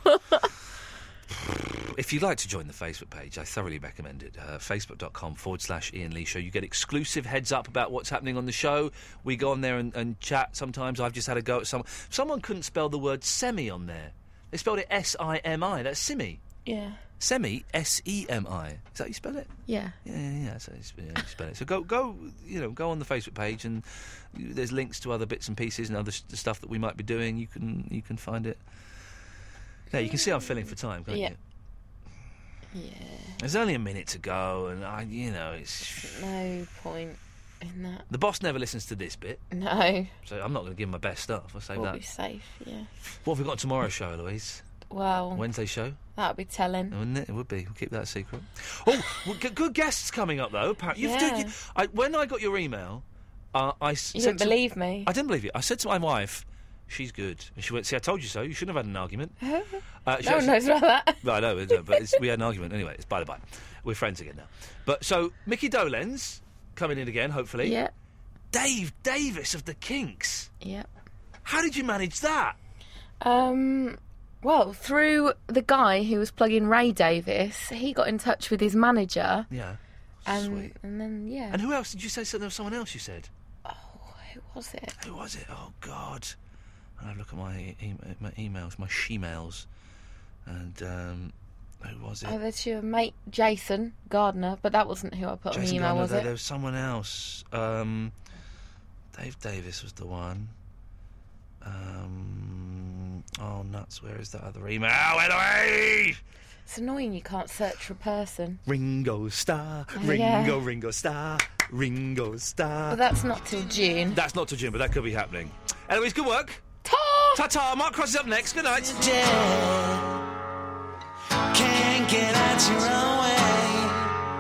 If you'd like to join the Facebook page, I thoroughly recommend it. Uh, Facebook.com forward slash Ian Lee Show. You get exclusive heads up about what's happening on the show. We go on there and, and chat. Sometimes I've just had a go at someone. Someone couldn't spell the word semi on there. They spelled it S I M I. That's simi. yeah. Semi S E M I. Is that how you spell it? Yeah. Yeah, yeah, yeah. So it's, yeah, it's better. So go, go, you know, go on the Facebook page, and you- there's links to other bits and pieces and other s stuff that we might be doing. You can, you can find it. Now you can see I'm filling for time, can't Yeah. you? Yeah. There's only a minute to go, and I, you know, it's No point in that. the boss never listens to this bit, No. so I'm not going to give him my best stuff. I'll save We'll that. be safe. Yeah. What have we got tomorrowow's show, Louise? Well, Wednesday show, that'll be telling. wouldn't it? It would be. We'll keep that a secret. Oh, well, g- good guests coming up though. Apparently, You've- Yeah. you- I, when I got your email, uh, I s- You sent didn't to- believe me. I didn't believe it. I said to my wife, "She's good," and she went, "See, I told you so. You shouldn't have had an argument." no Uh, she one actually- knows about that. (laughs) Well, I know, I know, but it's, we had an argument anyway. It's by the by. We're friends again now. But so Mickey Dolenz coming in again, hopefully. Yeah. Dave Davis of the Kinks. Yep. How did you manage that? Um, well, through the guy who was plugging Ray Davis, he got in touch with his manager. Yeah. And, and then, yeah. Oh, And who else did you say? So- There was someone else you said. who was it? Who was it? Oh God! And I look at my e- e- my emails, my shemales, and um, who was it? Oh, there's your mate Jason Gardner, but that wasn't who I put on the Jason email, Gardner, was there, it? there was someone else. Um, Dave Davis was the one. Um, oh nuts! Where is that other email? Oh, Eloise! It's annoying you can't search for a person. Ringo Star, Oh, Ringo, yeah. Ringo Star, Ringo Star. But that's not till June. That's not to June, but that could be happening. Anyways, good work. Ta ta. Mark Cross is up next. Good night. Can't get out your own